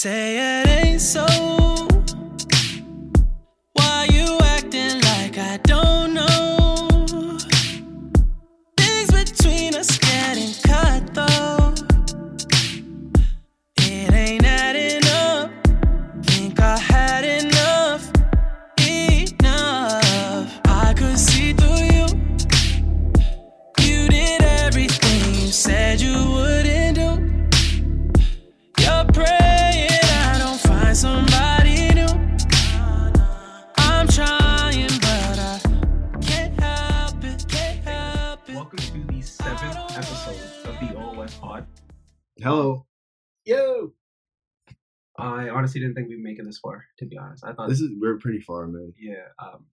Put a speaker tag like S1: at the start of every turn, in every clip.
S1: Say it ain't so. Why you acting like I don't know? Things between us getting cut though. It ain't adding up. Think I had enough. Enough. I could see through you. You did everything you said you wouldn't do. You're praying I don't find somebody new. I'm trying, but I can't help it. Can't help it.
S2: Welcome to the seventh episode of the All West Pod.
S3: Hello.
S2: Yo! I honestly didn't think we'd make it this far, to be honest. I thought,
S3: This is we're pretty far, man.
S2: yeah, um,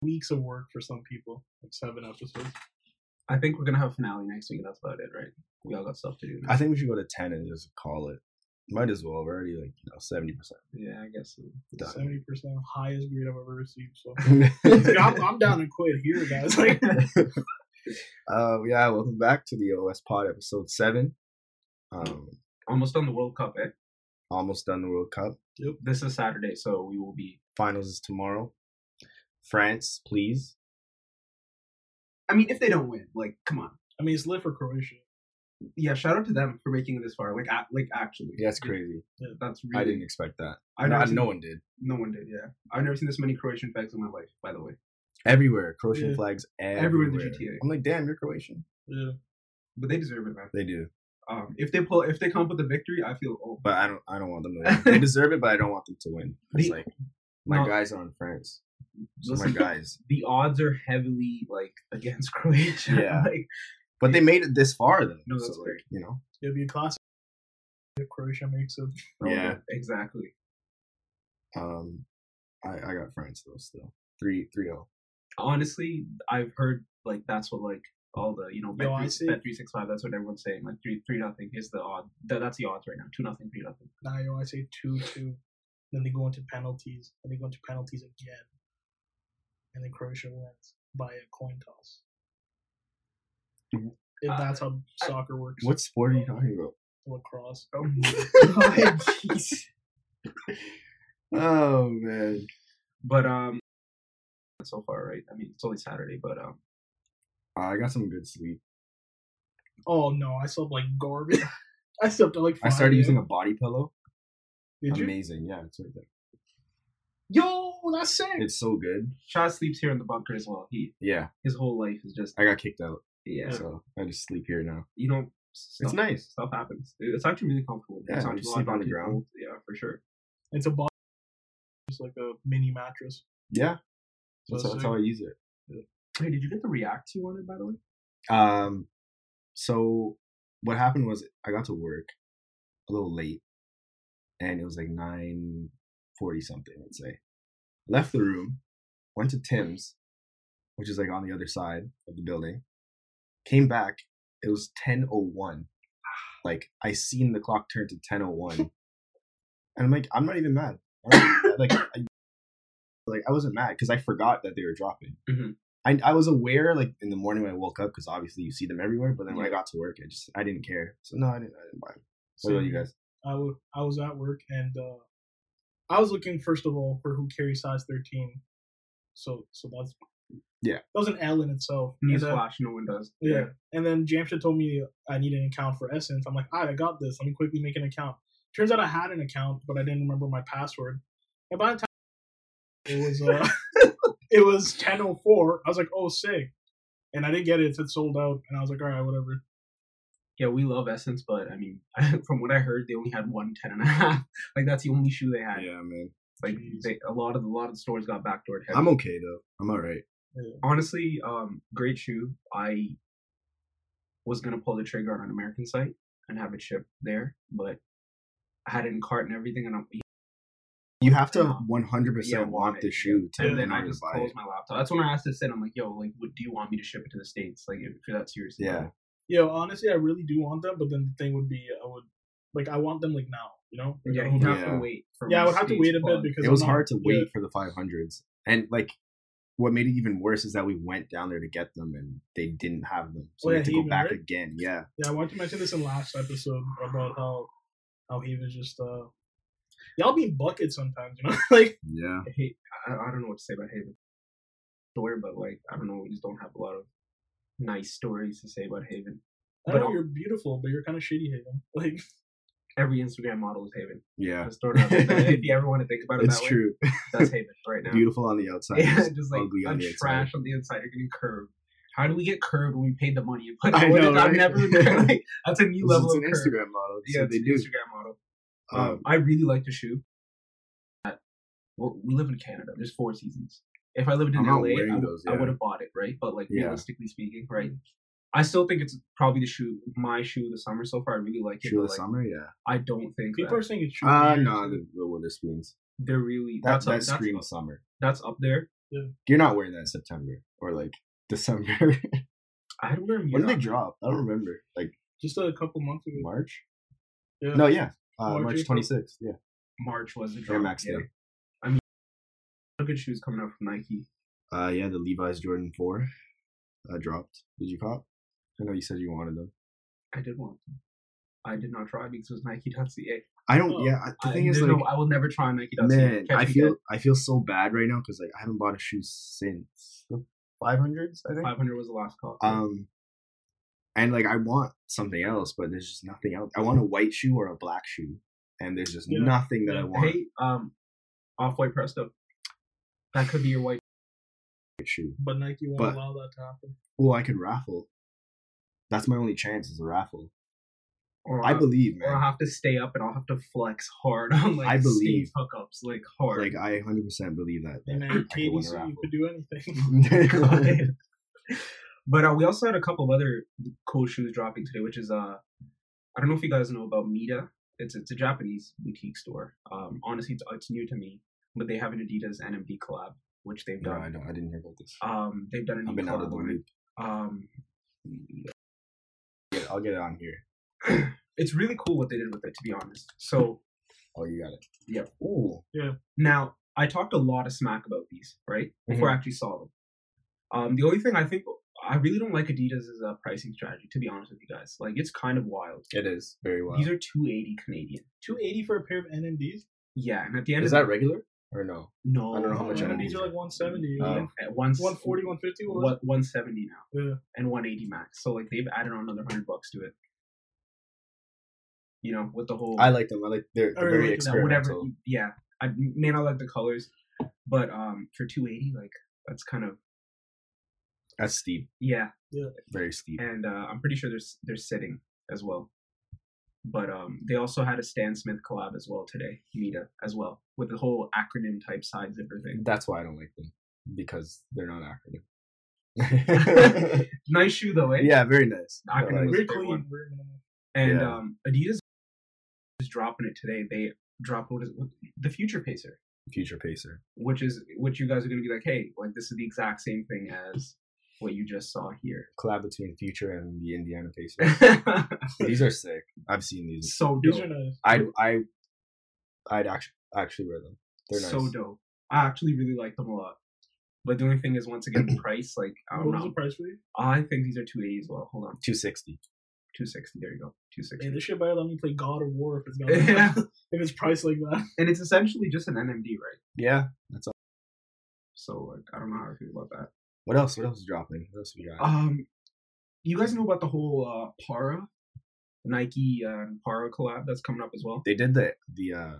S4: weeks of work for some people. Like seven episodes.
S2: I think we're gonna have a finale next week, and that's about it, right? We all got stuff to do. Now.
S3: I think we should go to ten and just call it. Might as well. We're already like you know seventy percent
S2: yeah, I guess. so.
S3: done.
S4: Seventy percent highest grade I've ever received. So Dude, I'm,
S3: uh,
S4: I'm down to quit here, guys. Like
S3: Uh, yeah, welcome back to the OS Pod episode seven. Um,
S2: Almost done the World Cup, eh?
S3: almost done the World Cup.
S2: This is Saturday, so we will be.
S3: Finals is tomorrow. France, please.
S2: I mean, if they don't win, like, come on.
S4: I mean, it's lit for Croatia.
S2: Yeah, shout out to them for making it this far. Like, a- like actually.
S3: Yeah, it's crazy.
S2: That's really.
S3: I didn't expect that.
S2: I
S3: I know.
S2: never
S3: No one did.
S2: No one did, yeah. I've never seen this many Croatian flags in my life, by the way.
S3: Everywhere, Croatian
S4: Yeah.
S3: flags
S2: Everywhere
S3: everywhere.
S2: in the GTA.
S3: I'm like, damn, you're Croatian.
S4: Yeah.
S2: But they deserve it, man.
S3: They do,
S2: Um, if they pull, if they come up with a victory, I feel old.
S3: but I don't. I don't want them to win. they deserve it, but I don't want them to win. It's
S2: The-
S3: like my
S2: no.
S3: guys are in France. So my
S2: Listen.
S3: guys.
S2: the odds are heavily like against Croatia.
S3: Yeah.
S2: like,
S3: But they made it this far, though.
S2: No, that's
S3: so,
S2: great.
S3: like, you know.
S4: It'll be a classic if Croatia makes it.
S3: Yeah.
S2: exactly.
S3: Um, I, I got France though still three three oh. zero.
S2: Honestly, I've heard like that's what like all the you know bet,
S4: Yo, I
S2: three,
S4: see.
S2: bet three six five. That's what everyone's saying. Like three three nothing is the odd. That, that's the odds right now. Two nothing, three nothing.
S4: Now you want to say two two, then they go into penalties, and they go into penalties again, and then Croatia wins by a coin toss. If that's how soccer works,
S3: What sport are you talking about?
S4: lacrosse?
S2: Oh my god, jeez.
S3: Oh man,
S2: But um, so far right. I mean, it's only Saturday, but um,
S3: Uh, I got some good sleep.
S4: Oh no, I slept like garbage. I slept at like.
S3: I
S4: Five
S3: started using
S4: a.
S3: a body pillow.
S4: Did you?
S3: Amazing, yeah, it's right there.
S4: Yo, that's sick.
S3: It's so good.
S2: Shah sleeps here in the bunker as well. He
S3: Yeah,
S2: his whole life is just
S3: I got kicked out,
S2: yeah.
S3: so I just sleep here now.
S2: You know, stuff,
S3: It's nice.
S2: Stuff happens. It's actually really comfortable.
S3: Yeah,
S2: it's not
S3: you
S2: too loud,
S3: sleep
S2: not
S3: on the
S2: too
S3: ground.
S2: cold. Yeah, for sure.
S4: It's a box. It's like a mini mattress.
S3: Yeah,
S4: So
S3: that's, that's
S4: sick.
S3: how I use it.
S2: Hey, did you get the React you wanted by the way?
S3: Um, so what happened was I got to work a little late, and it was like nine forty something. Let's say. Left the room, went to Tim's, which is like on the other side of the building. Came back. It was ten oh one. Like I seen the clock turn to ten oh one, and I'm like, I'm not even mad. I'm not even mad. like, I, like I wasn't mad because I forgot that they were dropping.
S2: Mhm.
S3: I, I was aware like in the morning when I woke up because obviously you see them everywhere. But then when I
S2: Yeah.
S3: got to work, I just I didn't care. So no, I didn't. I didn't buy it. What about you guys?
S4: I wa- I was at work and uh, I was looking first of all for who carries size thirteen. So so that's
S3: Yeah.
S4: That was an L in itself. And then,
S2: Newsflash, no one does.
S4: yeah. And then Jamsha told me I need an account for Essence. I'm like, all right, I got this. Let me quickly make an account. Turns out I had an account, but I didn't remember my password. And by the time it was uh, it was ten oh four, I was like, oh sick. And I didn't get it, it said sold out, and I was like, all right, whatever.
S2: Yeah, we love Essence, but I mean, from what I heard, they only had one ten and a half. Like that's the only shoe they had.
S3: Yeah, man.
S2: Like
S4: Jeez.
S2: they, a lot of a lot of the stores got backdoored. Heavy.
S3: I'm okay though. I'm all right.
S2: honestly, um, great shoe. I was gonna pull the trigger on an American site and have it shipped there, but I had it in cart and everything, and I'm,
S3: You have to
S2: Yeah.
S3: 100
S2: Yeah,
S3: percent
S2: want
S3: want
S2: it.
S3: the shoe to
S2: and then
S3: not
S2: I just
S3: buy
S2: closed
S3: it.
S2: my laptop. That's when I asked to sit. I'm like, "Yo, like, what, do you want me to ship it to the states? Like, if you're that serious?" about
S3: Yeah.
S2: it."
S4: Yeah, honestly, I really do want them, but then the thing would be, I would like I want them like now, you know? Like, I
S2: yeah,
S4: don't
S2: you
S4: know.
S2: have to
S3: Yeah.
S2: wait. For
S4: yeah, I
S2: my
S4: would have to
S2: States
S4: wait a bit
S2: plug.
S4: because
S3: It
S4: I'm
S3: was
S4: not-
S3: hard to
S4: yeah.
S3: wait for the 500s, and like what made it even worse is that we went down there to get them and they didn't have them, so
S4: Oh,
S3: we
S4: yeah,
S3: had to
S4: he
S3: go
S4: even
S3: back
S4: did?
S3: again. Yeah.
S4: Yeah, I wanted to mention this in last episode about how how he was just uh y'all be buckets sometimes, you know? like
S3: Yeah.
S2: I hate. I, I don't know what to say about Haven. Story, but like I don't know. We just don't have a lot of nice stories to say about Haven.
S4: I
S2: But
S4: know
S2: I'll-
S4: you're beautiful, but you're kind of shitty, Haven. Like
S2: Every Instagram model is Haven.
S3: Yeah.
S2: Let's throw it out there. if you ever want to think about it
S3: It's
S2: that way,
S3: true.
S2: that's Haven right now.
S3: Beautiful on the outside.
S2: Yeah,
S3: just
S2: just like
S3: ugly
S2: a
S3: on the
S2: trash
S3: inside.
S2: on the inside. You're getting curved. How do we get curved when we paid the money? But
S3: I
S2: I
S3: know,
S2: have
S3: right?
S2: never. Like, that's a new
S3: It's-
S2: level
S3: It's
S2: of
S3: an
S2: curve.
S3: Instagram model.
S2: Yeah,
S3: Yeah,
S2: it's
S3: they
S2: an
S3: do.
S2: Instagram model. Um,
S3: Um,
S2: I really like the shoe. That- we're- We live in Canada. There's four seasons. If I lived in
S3: I'm not
S2: LA, I,
S3: wearing
S2: w-
S3: those,
S2: I
S3: yeah.
S2: would have bought it, right? But like
S3: Yeah.
S2: realistically speaking, right? I still think it's probably the shoe, my shoe of the summer so far. I really like it.
S3: Shoe
S2: but,
S3: of the
S2: like,
S3: summer. Yeah.
S2: I don't think
S4: people are
S2: that
S4: saying it's true.
S3: Ah, no, the, the Witherspoons.
S2: they're really
S3: That
S2: that's up,
S3: that
S2: that's,
S3: screams summer.
S2: that's up there.
S3: You're not wearing that in September or like December.
S2: I had wear them.
S3: when did they drop? I don't remember. Like
S4: just a couple months ago.
S3: March?
S4: Yeah.
S3: No, yeah. Uh,
S4: March,
S3: March
S4: April.
S3: 26th. Yeah.
S2: March was the drop.
S3: Air Max.
S2: yeah.
S3: Yeah.
S2: Look good shoes coming out from Nike.
S3: Uh, yeah, the Levi's Jordan 4 uh, dropped. Did you cop? I know you said you wanted them.
S2: I did want. Them. I did not try because it was Nike.ca.
S3: I don't,
S4: Oh,
S3: yeah. I- The
S2: I,
S3: thing is,
S2: there's
S3: like,
S2: no, I will never try Nike.ca.
S3: man,
S2: Catch
S3: I
S2: me
S3: feel
S2: dead.
S3: I feel so bad right now because, like, I haven't bought a shoe since the 500s, I think.
S2: 500 was the last call.
S3: Um, and, like, I want something else, but there's just nothing else. I want a white shoe or a black shoe, and there's just
S4: Yeah.
S3: nothing that I
S4: Yeah.
S3: want.
S2: Hey, um, off white presto. That could be your white.
S3: white shoe.
S4: But Nike won't
S3: But-
S4: allow that to happen.
S3: Well, I could raffle. That's my only chance is a raffle.
S2: Or
S3: I
S2: I'll-
S3: believe,
S2: Or
S3: man.
S2: I'll have to stay up and I'll have to flex hard on like
S3: I believe.
S2: Steve hookups, like hard.
S3: Like, I 100% believe that. that
S4: And then
S3: I could win a
S4: KDC, you
S3: raffle.
S4: could do anything.
S2: God. but uh, we also had a couple of other cool shoes dropping today, which is uh, I don't know if you guys know about Mita. It's it's a Japanese boutique store. Um, honestly, it's, it's new to me, but they have an Adidas NMD collab, which they've
S3: No, I
S2: done.
S3: don't. I didn't hear about this.
S2: Um, they've done a new
S3: I've been out of
S2: collab
S3: the
S2: on it.
S3: loop.
S2: Um,
S3: Yeah, I'll get it on here.
S2: it's really cool what they did with it, to be honest. So
S3: Oh, you got it.
S2: Yeah.
S3: Ooh.
S2: now I talked a lot of smack about these, right? Before I
S3: Mm-hmm.
S2: actually saw them. Um, the only thing I think I really don't like Adidas is a pricing strategy. To be honest with you guys, like it's kind of wild.
S3: It is very well.
S2: These are two eighty Canadian.
S4: 280 for a pair of NMDs?
S2: Yeah, and at the end
S3: is
S2: of
S3: that regular or no?
S2: no,
S3: I don't know how
S4: Oh,
S3: much
S4: NMDs
S3: NMDs
S4: are like 170.
S3: Oh.
S2: at once
S4: 140, 150? What was
S2: what one seventy now
S4: it? Yeah.
S2: and one eighty max. So like they've added on another hundred bucks to it. You know, with the whole
S3: I like them. I like they're, they're
S4: Or
S3: very
S4: like
S2: that whatever.
S3: experimental.
S2: Yeah, I may not like the colors, but um, for two eighty, like that's kind of
S3: That's steep.
S2: yeah.
S3: Very steep.
S2: And uh, I'm pretty sure there's they're sitting as well. But um, they also had a Stan Smith collab as well today, Mita as well, with the whole acronym type side zipper thing.
S3: That's why I don't like them because they're not acronym.
S2: Nice shoe though, eh?
S3: yeah, very nice.
S2: I can
S3: But, like,
S2: agree.
S4: We're
S2: favorite
S4: clean.
S2: one.
S4: We're minimal.
S2: And
S3: Yeah.
S2: um, Adidas is dropping it today. They dropped what is what, the Future Pacer,
S3: future pacer.
S2: which is which you guys are gonna be like, hey, like this is the exact same thing as what you just saw here.
S3: Collab between future and the Indiana Pacers. these are sick. I've seen these.
S2: so
S4: These are
S2: dope.
S4: nice.
S3: I I I'd actually actually wear them. They're nice.
S2: So dope. I actually really like them a lot. But the only thing is, once again, the price. Like I
S4: What
S2: don't
S4: was the
S2: know.
S4: price for you?
S2: I think these are two eighty as well. Hold on,
S3: Two sixty.
S2: two sixty. There you go, two
S4: Hey,
S2: sixty.
S4: this shit better let me play God of War if it's got
S2: Yeah.
S4: if it's priced like that.
S2: And it's essentially just an NMD, right?
S3: Yeah.
S2: So like, I don't know how I feel about that.
S3: What else? What else is dropping? What else we got?
S2: Um, you guys know about the whole uh, Para, Nike uh, Para collab that's coming up as well.
S3: They did the the uh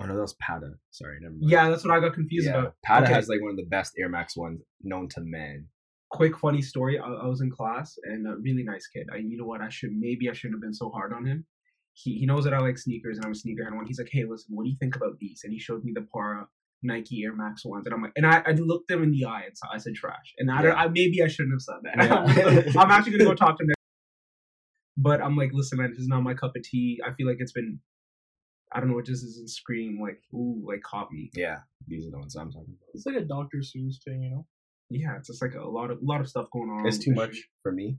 S3: oh no, that was Pata. Sorry, never mind.
S2: Yeah, that's what I got confused
S3: Yeah,
S2: about.
S3: Pata
S2: Okay.
S3: has like one of the best Air Max ones known to man.
S2: Quick funny story. I, I was in class and a really nice kid. I, you know what? I should maybe I shouldn't have been so hard on him. He he knows that I like sneakers and I'm a sneakerhead. One. He's like, hey, listen, what do you think about these? And he showed me the Para. Nike Air Max ones, and I'm like, and I, I looked them in the eye and I said trash, and I, don't,
S3: Yeah.
S2: I maybe I shouldn't have said that.
S3: Yeah.
S2: I'm actually gonna go talk to him. next- But I'm like, listen, man, this is not my cup of tea. I feel like it's been, I don't know, it just doesn't scream like, ooh, like caught me.
S3: Yeah, these are the ones I'm talking about.
S4: It's like a Dr. Seuss thing, you know?
S2: Yeah, it's just like a lot of lot of stuff going on.
S3: It's
S2: with
S3: too
S2: this
S3: much
S2: shit.
S3: for me.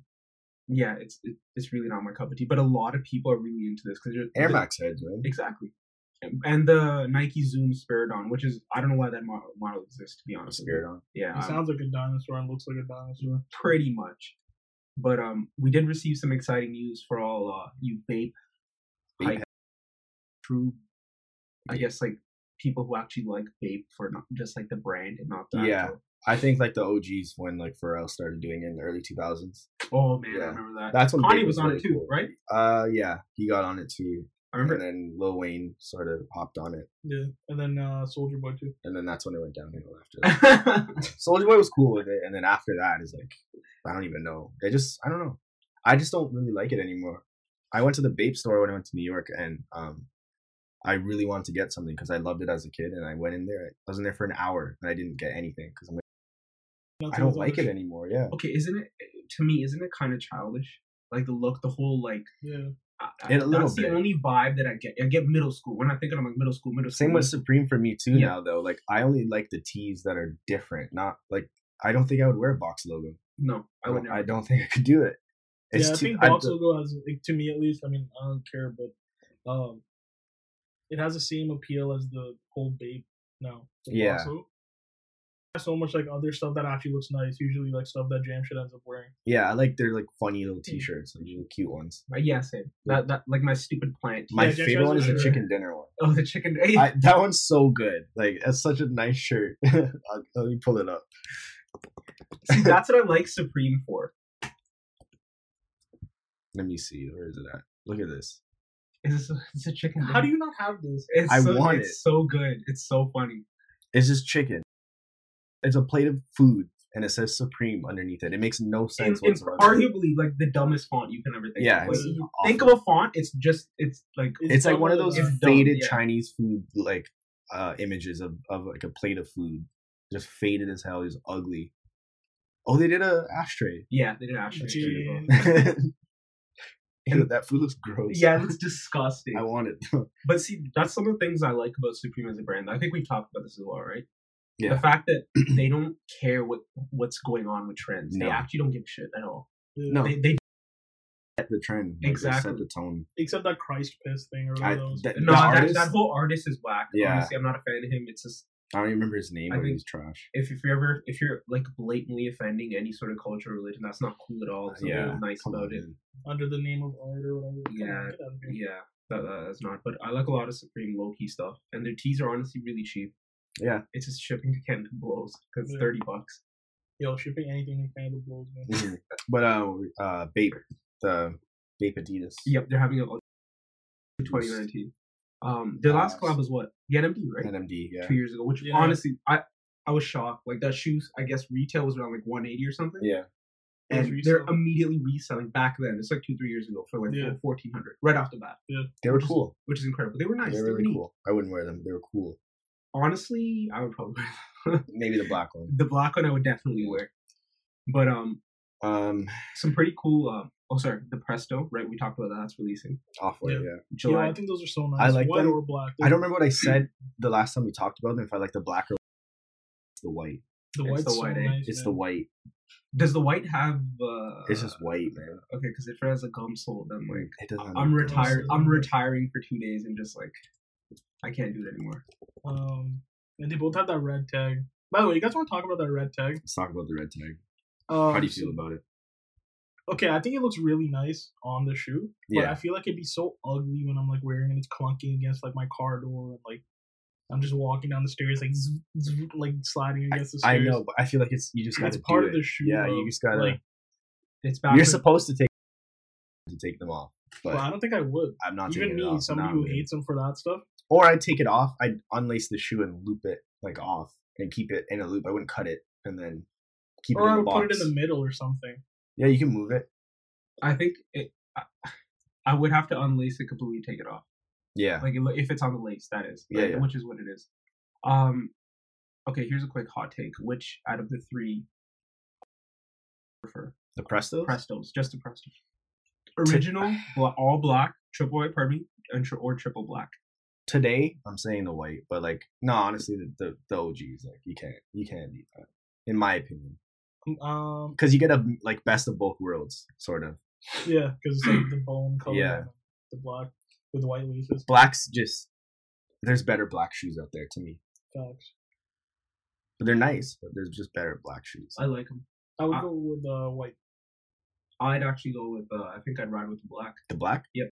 S2: Yeah, it's it, it's really not my cup of tea. But a lot of people are really into this because
S3: Air Max heads, man.
S2: exactly, and the Nike Zoom Spiridon, which is I don't know why that model, model exists to be honest. with you.
S3: Spirit on.
S2: Yeah,
S4: It
S2: I'm-
S4: sounds like a dinosaur and looks like a dinosaur.
S2: pretty much. But um, we did receive some exciting news for all uh, you vape
S3: Vape
S2: hype true, I guess, like people who actually like vape for not just like the brand and not the
S3: Yeah.
S2: actual-
S3: I think like the OGs when like Pharrell started doing it in the early 2000s.
S2: Oh man, I
S3: Yeah.
S2: remember that.
S3: That's when
S2: Kanye
S3: vape
S2: was on
S3: really
S2: it too,
S3: cool.
S2: right?
S3: Uh, yeah, he got on it too.
S2: I remember.
S3: and then Lil Wayne sort of hopped on it,
S4: Yeah, and then uh, Soldier Boy too.
S3: and then that's when it went downhill after that.
S2: that.
S3: Soldier Boy was cool with it, and then after that is like, I don't even know. I just, I don't know. I just don't really like it anymore. I went to the vape store when I went to New York, and um, I really wanted to get something because I loved it as a kid, and I went in there. I was in there for an hour, and I didn't get anything because I'm like, I
S4: Nothing
S3: don't
S4: was on
S3: like
S4: the
S3: it
S4: sh-
S3: anymore. Yeah,
S2: okay, isn't it to me? Isn't it kind of childish? Like the look, the whole like.
S4: Yeah,
S2: I- I-
S3: In a little
S2: that's the
S3: bit.
S2: only vibe that I get. I get middle school. When I think of like middle school, middle school.
S3: same with Supreme for me too.
S2: Yeah.
S3: Now though, like I only like the tees that are different. Not like I don't think I would wear a box logo.
S2: no, I would never.
S3: I don't think I could do it. It's
S4: yeah. I
S3: too-
S4: think
S3: I-
S4: Box Logo has, like, to me at least. I mean, I don't care, but um, it has the same appeal as the whole Babe now. the Box
S3: Yeah.
S4: Logo. There's So much like other stuff that actually looks nice. Usually like stuff that Jam should ends up wearing.
S3: Yeah, I like their like funny
S2: Mm.
S3: little t-shirts, like little cute ones.
S2: Uh, yeah, same. That that like my stupid plant.
S3: My
S4: Yeah, Jack
S3: favorite one
S4: Daniels
S3: is the
S4: shirt.
S3: chicken dinner one.
S2: oh, the chicken.
S3: I, that one's so good. Like that's such a nice shirt. I'll, let me pull it up.
S2: See, that's what I like Supreme for.
S3: Let me see. Where is it at? Look at this.
S2: Is this a, it's a chicken?
S4: How do you not have this?
S2: It's
S3: I
S2: so,
S3: want
S2: it's
S3: it.
S2: so good. It's so funny.
S3: It's just chicken. It's a plate of food, and it says Supreme underneath it. It makes no
S2: And,
S3: sense
S2: and
S3: whatsoever.
S2: arguably, like the dumbest font you can ever think.
S3: Yeah,
S2: of. Like,
S4: it's
S2: you
S3: awful.
S2: think of a font. It's just it's like
S3: it's like one of
S4: dumb,
S3: those
S4: uh,
S2: It's dumb,
S3: faded
S2: yeah.
S3: Chinese food like uh images of of like a plate of food, just faded as hell. It's ugly. Oh, they did a ashtray.
S2: yeah. They did actually.
S4: Jeez.
S3: Ew, that food looks gross.
S2: Yeah, it looks disgusting.
S3: I want it.
S2: But see, that's some of the things I like about Supreme as a brand. I think we talked about this as well, right?
S3: Yeah.
S2: The fact that they don't care what what's going on with trends. They
S3: No.
S2: actually don't give a shit at all.
S4: Yeah.
S3: No.
S2: They, they
S3: set the trend. Like, They
S2: Exactly.
S3: set the tone.
S4: except that Christ piss thing or one
S3: I,
S4: of those.
S3: that,
S2: no
S3: the
S2: that,
S3: artist,
S2: that whole artist is whack.
S3: Yeah.
S2: Honestly, I'm not a fan of him. It's just
S3: I don't even remember his name,
S2: I
S3: but
S2: think-
S3: he's trash.
S2: if, if you're ever if you're like blatantly offending any sort of culture or religion, that's not cool at all. It's
S3: Yeah,
S2: yeah. nice
S3: Come on,
S2: about it.
S3: man.
S4: under the name of art or whatever. Come on,
S2: Yeah.
S4: get out of here.
S2: Yeah. That, that- that's not. But I like a lot of Supreme low key stuff, and their teas are honestly really cheap.
S3: Yeah.
S2: It's just shipping to Canada blows because it's
S4: Yeah.
S2: thirty bucks.
S4: Yo, shipping anything in Canada blows, man.
S3: Mhm. but uh, uh, Bape, the Bape Adidas.
S2: Yep, they're having a 2019. Um, their last
S3: Uh,
S2: collab was what? The NMD, right?
S3: NMD. Yeah.
S2: Two years ago, which
S4: Yeah.
S2: honestly, I I was shocked. Like that shoes, I guess retail was around like 180 or something,
S3: Yeah.
S2: and
S4: It was
S2: they're
S4: resale.
S2: immediately reselling back then. It's like two three years ago for like
S4: Yeah.
S2: 1400 right off the bat,
S3: They were
S2: Which is
S3: cool.
S2: which is incredible. They were nice.
S3: They
S2: they
S3: were
S2: were
S3: really
S2: neat.
S3: cool. I wouldn't wear them. They were cool.
S2: Honestly, I would probably
S3: Maybe the black one.
S2: the black one I would definitely wear, but um,
S3: Um,
S2: some pretty cool. Um, oh, sorry, the Presto, right? We talked about that. That's releasing
S3: off white.
S4: Yeah.
S3: Yeah.
S4: Yo,
S2: July.
S4: I think those are so nice.
S3: like
S4: White
S3: them.
S4: or black.
S3: I don't remember what I said the last time we talked about them. If I like the black or the white,
S4: The
S2: It's
S4: white's
S2: the
S4: so
S2: white, eh?
S4: nice.
S3: it's
S4: man.
S3: the white.
S2: Does the white have? Uh,
S3: It's just white, man.
S2: Okay, because if it has a gum sole, then like
S3: It doesn't.
S2: I'm retired. I'm
S4: sole.
S2: retiring for two days and just like I can't do it anymore.
S4: Um, and they both have that red tag. By the way, you guys want to talk about that red tag?
S3: Let's talk about the red tag.
S4: Um,
S3: How do you feel about it?
S4: Okay, I think it looks really nice on the shoe, but
S3: Yeah.
S4: I feel like it'd be so ugly when I'm like wearing it. It's clunking against like my car door, and like I'm just walking down the stairs, like zzz, zzz, like sliding against the
S3: I
S4: stairs.
S3: know, but I feel like it's you just gotta
S4: it's part
S3: do
S4: of
S3: it.
S4: the shoe.
S3: Yeah,
S4: bro.
S3: you just gotta.
S4: Like,
S2: It's
S3: you're
S2: backwards.
S3: supposed to take to take them off, but
S4: well, I don't think I would.
S3: I'm not
S4: Even
S3: taking
S4: me,
S3: it off.
S4: somebody
S3: nah,
S4: who
S3: man.
S4: hates them for that stuff.
S3: or I'd take it off. I'd unlace the shoe and loop it like off and keep it in a loop. I wouldn't cut it and then keep it
S4: Or I
S3: in the
S4: would
S3: box.
S4: put it in the middle or something.
S3: yeah, you can move it.
S2: I think it. I, I would have to unlace it completely, take it off.
S3: Yeah,
S2: Like if it's on the lace, that is.
S3: Yeah,
S2: like,
S3: yeah.
S2: Which is what it is. Um. Okay, here's a quick hot take. Which out of the three, prefer
S3: the Presto.
S2: Prestos? Just the Presto. Original, bla- all black, triple white, pardon me, and tri- or triple black.
S3: Today, I'm saying the white, but like no, honestly, the the, the OGs like you can't you can't beat that in my opinion
S4: Um,
S3: because you get a like best of both worlds sort of.
S4: yeah, because it's like the bone color,
S3: Yeah.
S4: and the black with white laces.
S3: Blacks just there's better black shoes out there to me.
S4: Facts.
S3: But they're nice, but they're just better black shoes.
S2: I like them.
S4: I would
S2: Uh,
S4: go with uh, white.
S2: I'd actually go with. Uh, I think I'd ride with the black.
S3: The black?
S4: Yeah.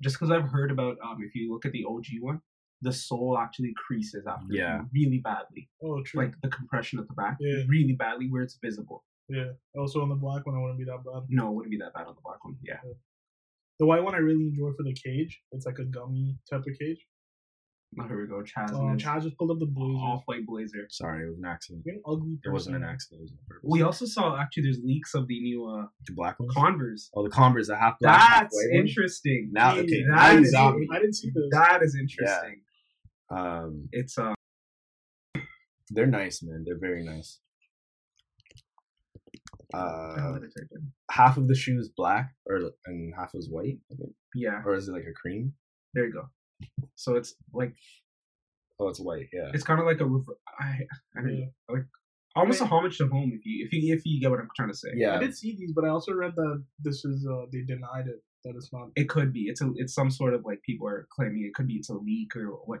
S2: Just because I've heard about, um, if you look at the OG one, the sole actually creases after
S3: Yeah.
S2: you really badly,
S4: Oh, true.
S2: like the compression at the back,
S4: Yeah.
S2: really badly where it's visible.
S4: yeah. Also on the black one, I wouldn't be that bad.
S2: No, it wouldn't be that bad on the black one. Yeah,
S4: The white one I really enjoy for the cage. It's like a gummy type of cage.
S2: now Oh, here we go, Chaz.
S4: Um,
S2: and his
S4: Chad just pulled up the blazer.
S2: off-white blazer.
S3: Sorry, it was an accident.
S4: You're an ugly person.
S3: Oh. It wasn't an accident. It was on purpose.
S2: We also saw actually there's leaks of the new uh,
S3: the black one.
S2: Converse.
S3: oh, the Converse, the half black. half
S2: That's
S3: white one.
S2: interesting.
S3: Now, okay,
S2: that
S3: now you
S2: is-
S3: got me.
S4: I didn't see this.
S2: That is interesting.
S3: Um,
S2: It's uh,
S3: they're nice, man. They're very nice. Uh, half of the shoe is black, or and half is white, I think.
S2: yeah.
S3: or is it like a cream?
S2: There you go. So it's like
S3: Oh, it's white. Yeah.
S2: it's kind of like a rever- I I mean
S4: Yeah.
S2: like almost a homage to home if you if you if you get what I'm trying to say.
S3: Yeah.
S4: I did see these, but I also read that this is uh they denied it that it's not.
S2: It could be. It's a it's some sort of like people are claiming it could be it's a leak or what.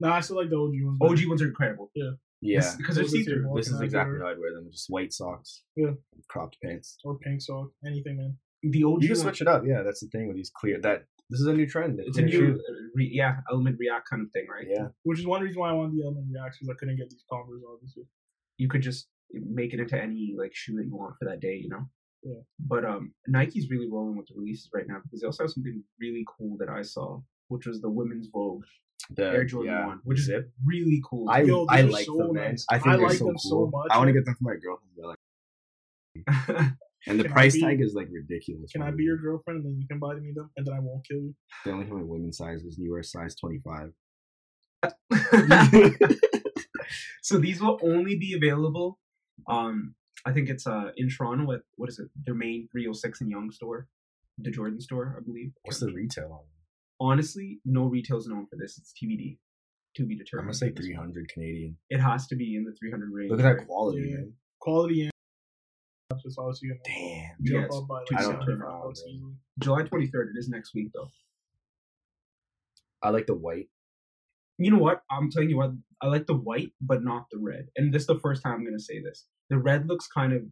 S4: No, I still like the OG ones.
S2: OG ones are incredible.
S3: Yeah.
S2: because they're
S4: Those are
S2: see through.
S4: simple.
S3: This is
S4: Organizer.
S3: exactly how I'd wear them. Just white socks.
S4: Yeah.
S3: Cropped pants.
S4: or pink sock, anything, man.
S2: The OG
S3: You can
S2: one-
S3: switch it up. Yeah, that's the thing with these clear. That this is a new trend. the
S2: It's a
S3: clear
S2: new
S3: shoe.
S2: uh, re, yeah element react kind of thing, right?
S3: Yeah.
S4: Which is one reason why I wanted the Element Reacts because I couldn't get these Converse, obviously.
S2: You could just make it into any like shoe that you want for that day, you know.
S4: Yeah.
S2: But um, Nike's really rolling with the releases right now because they also have something really cool that I saw, which was the women's Vogue.
S3: The
S2: Air Jordan
S3: yeah.
S2: One, which is
S3: Zip.
S2: really cool.
S3: I
S4: Yo,
S3: I
S4: these are
S3: like
S4: so
S3: them, man.
S4: nice.
S3: I think
S4: I
S3: they're
S4: like
S3: so
S4: them so
S3: cool.
S4: much.
S3: I want to get them for my girlfriend. but, Like, and the
S4: Can I
S3: price
S4: be-
S3: tag is like ridiculous.
S4: Can I be your girlfriend and then you can buy me them and then I won't kill you?
S3: They only have a women's size because you are size twenty five.
S2: so these will only be available. Um, I think it's uh in Toronto at what is it? Their main 306 and Young store, the Jordan store, I believe.
S3: What's the retail on? them?
S2: Honestly, no retail's known for this. It's TBD, to be
S3: I'm
S2: determined.
S3: gonna say three hundred Canadian.
S2: It has to be in the 300 range.
S3: Look at that quality,
S4: Yeah.
S3: man.
S4: Quality and it's obviously gonna
S3: Damn.
S4: jump
S2: Yes.
S4: up by like
S2: I don't
S4: 700
S2: turn
S3: around,
S4: bucks
S3: man.
S4: easily.
S2: July 23rd. It is next week though.
S3: I like the white.
S2: You know what? I'm telling you what. I like the white, but not the red. And this is the first time I'm gonna say this. The red looks kind of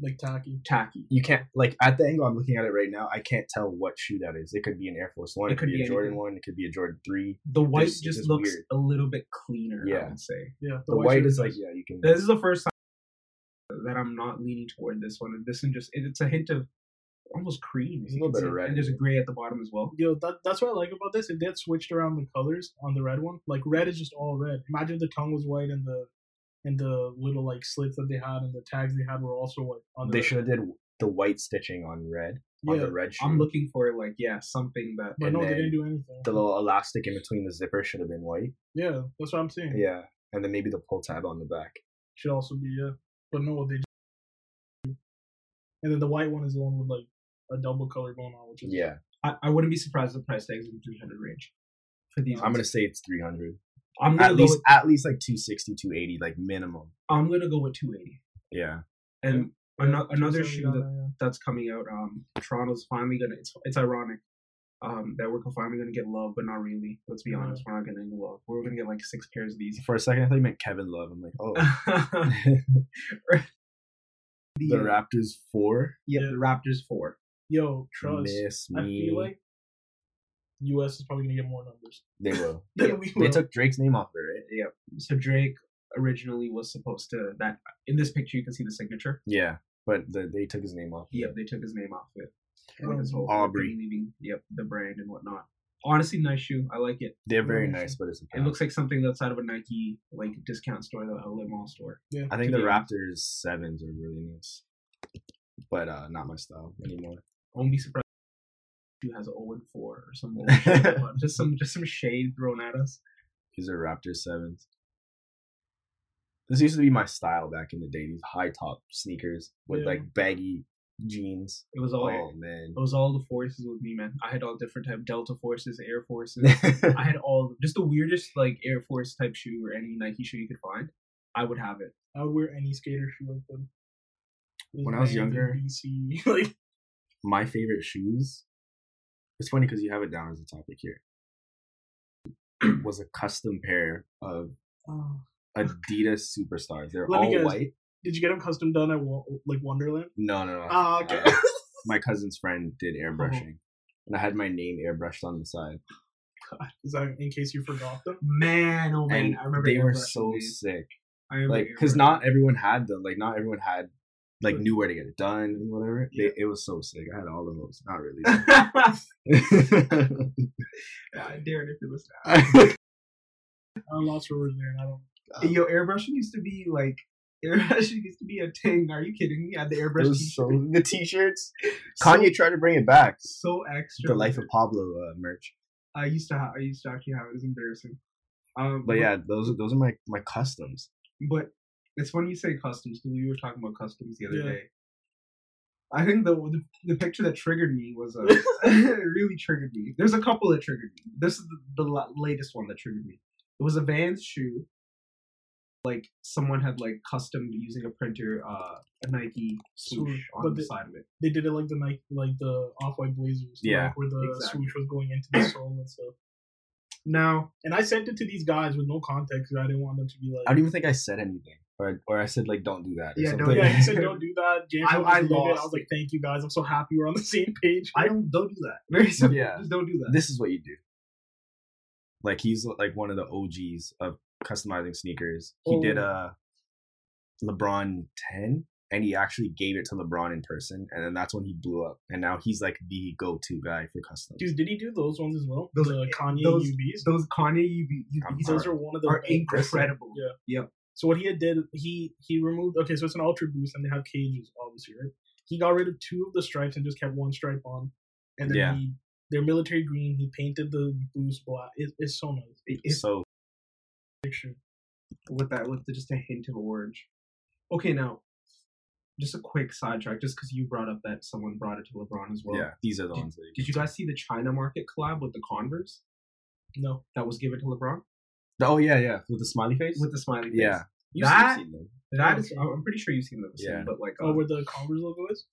S4: Like tacky.
S2: tacky.
S3: You can't like at the angle I'm looking at it right now. I can't tell what shoe that is. It could be an Air Force One. It, could be, a Jordan
S2: anything.
S3: One. It could be a Jordan Three.
S2: The white
S3: This-
S2: just,
S3: this is
S2: looks
S3: weird.
S2: a little bit cleaner, I
S3: Yeah.
S2: would say.
S4: Yeah.
S3: The, white
S4: shirt
S3: is like yeah, you can.
S2: This is the first time that I'm not leaning toward this one. This one just it- it's a hint of almost cream.
S3: There's
S2: you
S3: a little
S2: can
S3: bit of
S2: say.
S3: red in
S2: And there's a
S3: it.
S2: gray at the bottom as well.
S4: Yo, that, that's what I like about this. If they had switched around the colors on the red one, like red is just all red. Imagine the tongue was white and the and the little like slits that they had and the tags they had were also white. On the
S3: they
S4: red.
S3: should have did the white stitching on red on
S4: Yeah,
S3: the red shoe.
S2: I'm looking for like yeah something that
S4: but
S3: and
S4: no, they
S3: then
S4: didn't do anything.
S3: the little elastic in between the zipper should have been white.
S4: yeah, that's what I'm saying.
S3: Yeah, and then maybe the pull tab on the back.
S4: should also be yeah. But no, they. Just... And then the white one is the one with like a double color going on, which is
S3: Yeah,
S2: I, I wouldn't be surprised if the price tag's in the 300 range for these.
S3: I'm
S2: ones.
S3: gonna say it's 300.
S2: I'm gonna
S3: At
S2: go
S3: least
S2: with,
S3: at least like 260, 280, like minimum.
S2: I'm gonna go with 280.
S3: Yeah,
S2: And ano- another shoe that,
S4: Yeah.
S2: that's coming out. Um, Toronto's finally gonna. It's it's ironic. Um, that we're finally gonna get love, but not really. Let's be
S4: Yeah.
S2: honest, we're not getting love. We're gonna get like six pairs of these.
S3: for a second I thought you meant Kevin Love. I'm like, oh,
S2: the,
S3: the Raptors four.
S2: yeah, the Raptors four.
S4: Yo, trust.
S3: Miss
S4: I
S3: me.
S4: feel like U.S. is probably gonna get more numbers.
S3: they will.
S4: than
S2: Yeah,
S4: we
S3: They
S4: will.
S3: took Drake's name off of it, right?
S2: Yeah. So Drake originally was supposed to that in this picture you can see the signature.
S3: Yeah, but the, they took his name off.
S2: Yep, they took his name off it.
S4: Um,
S2: With his whole
S3: Oh, Aubrey.
S2: thing leaving yep, the brand and whatnot. Honestly, nice shoe. I like it.
S3: They're very
S4: Mm.
S3: nice, but it's a
S2: It looks like something outside of a Nike like discount store, the outlet mall store.
S4: Yeah.
S3: I think
S2: to
S3: the
S2: be honest.
S3: Raptors sevens are really nice, but uh, not my style anymore.
S2: I won't be surprised. if Shoe has 0 and 4 or something. like that. just some just some shade thrown at us.
S3: These are Raptors sevens. This used to be my style back in the day. These high top sneakers with
S4: Yeah.
S3: like baggy jeans.
S2: It was all.
S3: Oh man,
S2: It was all the forces with me, man. I had all different type Delta forces, Air forces.
S3: I
S2: I had all just the weirdest like Air Force type shoe or any Nike shoe you could find. I would have it.
S4: I would wear any skater shoe with them. Those
S3: When I was
S4: Vans and
S3: younger-
S4: BC, like
S3: my favorite shoes. It's funny because you have it down as a topic here. was a custom pair of
S2: Oh.
S3: Adidas Superstars. They're
S4: Let me
S3: all
S4: guess.
S3: white.
S4: did you get them custom done at Wa- like Wonderland?
S3: No, Uh, no, no.
S4: Ah, okay.
S2: Uh-huh.
S3: Uh, my cousin's friend did airbrushing, and I had my name airbrushed on the side.
S4: Is that in case you forgot them?
S2: Man, oh man,
S3: and
S2: I remember
S3: they were
S2: airbrushing
S3: so
S2: these.
S3: sick.
S2: I remember
S3: Like, because
S2: airbrushing.
S3: not everyone had them. Like, not everyone had like
S4: But-
S3: knew where to get it done and whatever. They, it was so sick. I had all of those. Not really.
S2: God, Darren, if you listen,
S4: I lost where we were there, and I don't.
S2: Hey, yo, airbrushing used to be like airbrushing used to be a thing. Are you kidding me? I had the
S3: It
S2: airbrush
S3: was so
S2: t-shirt.
S3: the t-shirts.
S2: So-
S3: Kanye tried to bring it back.
S2: so extra.
S3: The Life of Pablo uh, merch.
S2: I used to have. I used to actually have. It was embarrassing. Um,
S3: But yeah, those are those are my my customs.
S2: but it's funny you say customs because we were talking about customs the other
S4: Yeah.
S2: day. I think the, the the picture that triggered me was uh, it really triggered me. There's a couple that triggered me. This is the, the la- latest one that triggered me. It was a Vans shoe. Like someone had like custom using a printer, uh, a Nike swoosh
S4: Swoosh.
S2: on
S4: But
S2: the
S4: the-
S2: side of it.
S4: They did it like the Nike, like the off white Blazers.
S3: Yeah,
S4: like, where the
S2: exactly.
S4: swoosh was going into the sole and stuff.
S2: Now
S4: And I sent it to these guys with no context. 'cause I didn't want them to be like.
S3: I
S4: "Oh,
S3: don't even think I said anything, or or I said like don't do that. Or
S2: Yeah,
S3: something.
S2: don't-
S4: yeah, he said don't do that. James
S2: I-
S4: was
S2: I
S4: doing it. I
S2: lost
S4: was like, thank you guys. I'm so happy we're on the same page.
S2: I don't don't do that. Very simple.
S3: Yeah.
S2: Just don't do that.
S3: this is what you do. Like he's like one of the OGs of customizing sneakers. He
S4: Oh.
S3: did a LeBron ten, and he actually gave it to LeBron in person, and then that's when he blew up. And now he's like the go-to guy for customs.
S4: Dude, did he do those ones as well?
S2: Those-
S4: the Kanye
S2: those-
S4: UBs.
S2: Those Kanye UV,
S3: I'm
S2: UVs
S4: Those
S2: are,
S4: are one of the
S2: are
S4: best.
S2: incredible.
S4: Yeah. So what he had did, he he removed. Okay, so it's an ultra boost, and they have cages, obviously, right? He got rid of two of the stripes and just kept one stripe on, and then
S3: Yeah.
S4: he, they're military green. He painted the boost black. It, it's so nice.
S2: It- it's
S3: so
S4: Picture.
S2: with that with just a hint of orange. Okay, now just a quick sidetrack, just because you brought up that someone brought it to LeBron as well.
S3: yeah, these are the ones. That
S2: Did you guys see the China Market collab with the Converse
S4: No,
S2: that was given to LeBron
S3: Oh yeah, yeah, with the smiley face.
S2: with the smiley face?
S3: yeah,
S2: You've That-
S3: seen them.
S2: that is. I'm I'm pretty sure you've seen those.
S3: Yeah.
S2: but like,
S4: oh,
S2: uh,
S4: where the Converse logo is.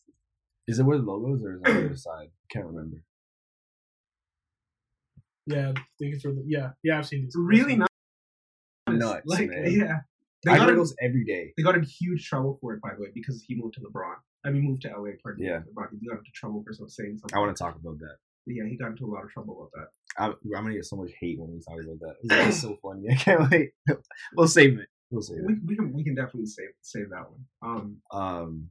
S3: Is it where the logos or is it on the other side? Can't remember.
S4: Yeah, I think it's where the, yeah, yeah. I've seen these.
S2: really not
S3: Nuts,
S2: Like,
S3: man.
S2: yeah, they
S3: I
S2: got
S3: wear
S2: in,
S3: those every day.
S2: they got in huge trouble for it, by the way, because he moved to LeBron. I mean, moved to LA. Pardon
S3: Yeah.
S2: LeBron. He got into trouble for some- saying something.
S3: I want to talk about that.
S2: Yeah, he got into a lot of trouble about that.
S3: I, I'm gonna get so much hate when we talk about that. It's gonna be so funny. I can't wait. We'll save it. We'll save it.
S2: We, we can we can definitely save save that one. Um,
S3: Um,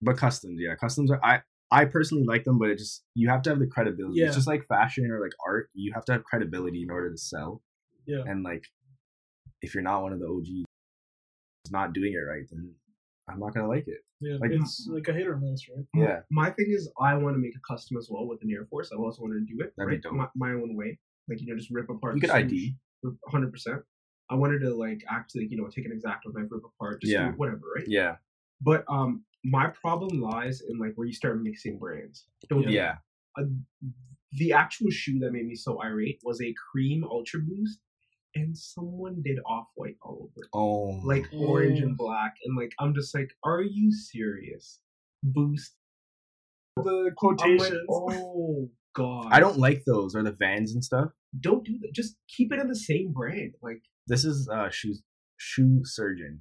S3: but customs, yeah, customs. Are, I I personally like them, but it just you have to have the credibility.
S4: Yeah.
S3: It's just like fashion or like art. You have to have credibility in order to sell.
S4: Yeah.
S3: And like, if you're not one of the OGs, who's not doing it right, then I'm not gonna like it.
S4: Yeah,
S3: Like-
S4: it's like a hit or miss, right?
S2: Mm-hmm.
S3: Yeah.
S2: My thing is, I want to make a custom as well with an Air Force. I also want to do it
S3: That'd be
S2: right
S3: dope.
S2: my, my own way, like you know, just rip apart.
S3: You could ID.
S2: hundred percent. I wanted to like actually, you know, take an exacto knife, rip apart, just
S3: Yeah.
S2: do whatever, right?
S3: Yeah.
S2: But um, my problem lies in like where you start mixing brands. Don't
S3: Yeah.
S2: do uh, the actual shoe that made me so irate was a cream Ultra Boost, and someone did off white all over it,
S3: Oh.
S2: like orange and black, and like I'm just like, are you serious? Boost.
S4: The
S2: I'm
S4: quotations.
S2: like, oh god.
S3: I don't like those or the Vans and stuff.
S2: don't do that. Just keep it in the same brand. Like
S3: This is uh shoe shoe surgeon.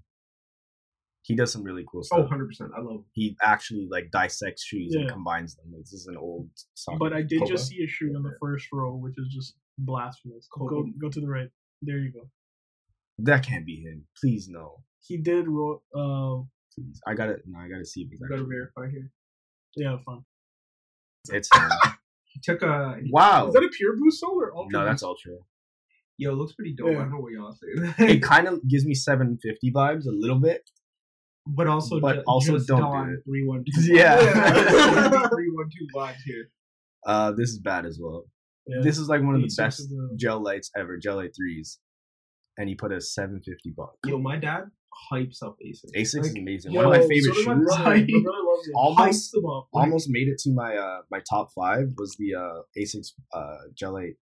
S3: He does some really cool stuff.
S2: oh, 100 percent. I love.
S3: he actually like dissects shoes and
S4: Yeah.
S3: combines them. This is an old song.
S4: But I did just
S3: Koba.
S4: see a shoe in the first row, which is just blasphemous. Go,
S2: Kobe.
S4: go to the right. There you go.
S3: that can't be him. Please no.
S4: He did. Ro- uh,
S3: Please. I gotta no, I gotta see if it's
S2: You gotta
S3: actually
S2: verify here.
S4: yeah, fine.
S3: it's him.
S2: He took a
S3: Wow.
S4: Is that a pure boost sole or ultra?
S3: No, that's
S4: boost?
S3: ultra.
S2: yo. it Looks pretty dope. I
S4: Yeah.
S2: don't know what y'all
S3: It
S2: say,
S3: kind of gives me 750 vibes a little bit.
S2: but also,
S3: But
S2: ju-
S3: also
S2: just
S3: don't do
S2: Don
S3: it.
S2: three one two.
S3: Yeah.
S2: three one two vibes here.
S3: Uh, this is bad as well.
S4: Yeah.
S3: This is like one of
S4: He
S3: the
S4: took
S3: best
S4: the-
S3: gel lights ever. Gel light threes, and he put a 750 buck.
S2: Yo, my dad hypes up Asics.
S3: Asics is
S2: Like,
S3: amazing.
S4: Yo,
S3: one of my
S4: so
S3: favorite
S4: did
S3: shoes.
S4: my brother. My
S2: Right.
S4: brother loves it.
S3: Almost
S2: hypes them up. Like,
S3: almost made it to my uh my top five was the uh Asics uh Gelate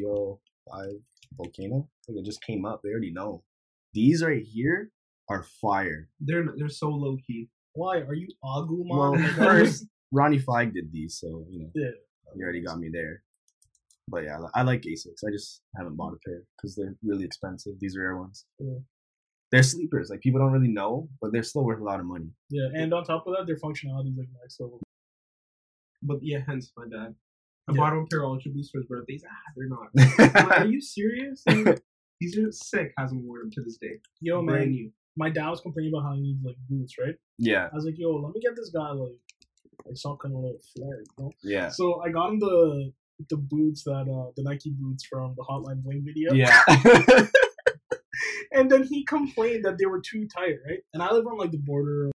S3: Yo Five Volcano. Like it just came up. They already know. These right here are fire.
S2: they're they're so low key.
S4: Why are you Agumon?
S3: Well,
S4: Like, that
S3: first-
S4: was-
S3: Ronnie Flag did these, so you know
S4: Yeah.
S3: you already got me there. But yeah, I li- I like Asics. I just haven't bought a pair because they're really expensive. These rare ones.
S4: Yeah.
S3: They're sleepers. Like people don't really know, but they're still worth a lot of money.
S4: yeah, and on top of that, their functionality is like next level.
S2: But yeah, hence my dad. I
S3: Yeah.
S2: bought him a pair of Ultra Boosts for his birthdays. Ah, they're not. I'm like,
S3: yeah,
S2: Are you serious? Like, These are sick. Hasn't worn them to this day.
S4: Yo,
S2: Brand
S4: man,
S2: new.
S4: my dad was complaining about how he needs like boots, right?
S3: yeah,
S4: I was like, yo, let me get this guy like like some kind of like flair, you know?
S3: yeah,
S4: So I got him the the boots that uh the Nike boots from the Hotline Bling video. And then he complained that they were too tight, right? And I live on like the border of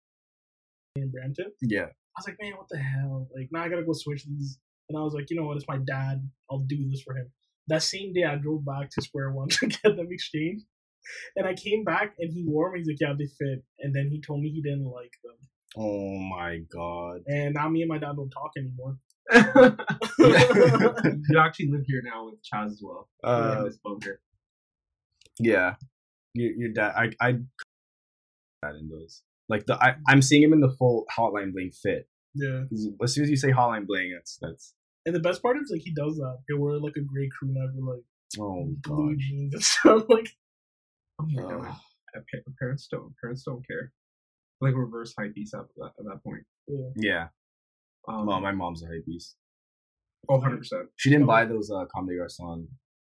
S4: in Brampton.
S3: yeah,
S4: I was like, man, what the hell? Like, now I gotta go switch these. And I was like, you know what? It's my dad. I'll do this for him. That same day, I drove back to Square One to get them exchanged. And I came back and he wore them. He's like, yeah, they fit. And then he told me he didn't like them.
S3: Oh my god.
S4: And now me and my dad don't talk anymore.
S2: you actually live here now with Chaz as well. We're in
S3: Uh,
S2: this bunker.
S3: yeah, your, your dad. I I dad in those. Like the I I'm seeing him in the full Hotline Bling fit.
S4: Yeah.
S3: 'Cause As soon as you say Hotline Bling, that's that's
S4: And the best part is, like, he does that. They wear, like, a gray crew neck with, like,
S3: oh
S4: blue
S3: god.
S4: jeans and stuff. Like,
S2: Oh my
S3: Uh,
S2: god. Pa- Parents don't. Parents don't care. Like reverse hype piece at that, at that point.
S3: yeah.
S2: Um,
S3: Well, my mom's a hypebeast.
S2: oh, 100%.
S3: She didn't buy those uh, Comme des Garçons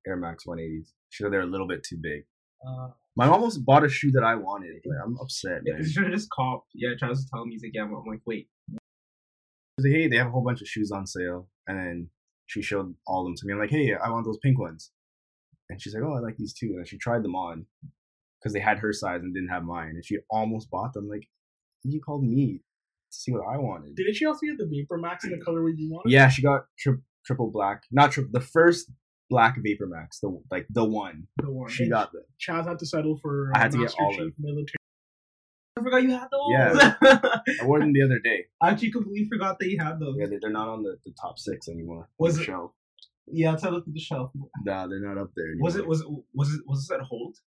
S3: Air Max 180s. She thought they were a little bit too big.
S4: uh,
S3: My mom almost bought a shoe that I wanted. Like, I'm upset,
S2: Yeah,
S3: man.
S2: you
S3: She's
S2: should have just called. Yeah, Chaz was telling me, he's like, yeah, I'm like, wait.
S3: like, hey, they have a whole bunch of shoes on sale. And then she showed all of them to me. I'm like, hey, I want those pink ones. And she's like, oh, I like these too. And then she tried them on because they had her size and didn't have mine. And she almost bought them. Like, you called me to see what I wanted.
S4: didn't she also get the Vapor Max in the colorway you wanted?
S3: Yeah, she got tri- triple black. Not triple, the first black Vapor Max, the like the one.
S4: The one.
S3: She
S4: And
S3: got the
S4: Chaz had to settle for
S3: I had to get
S4: Master
S3: all
S4: Chief military.
S2: I forgot you had those.
S3: I wore them the other day.
S2: I actually completely forgot that you had those.
S3: Yeah, they- they're not on the, the top six anymore.
S2: Was
S3: the
S2: it-
S3: show?
S2: Yeah, let's have a look at the shelf.
S3: Nah, they're not up there. Anymore.
S2: Was it was it was it was it at Holt?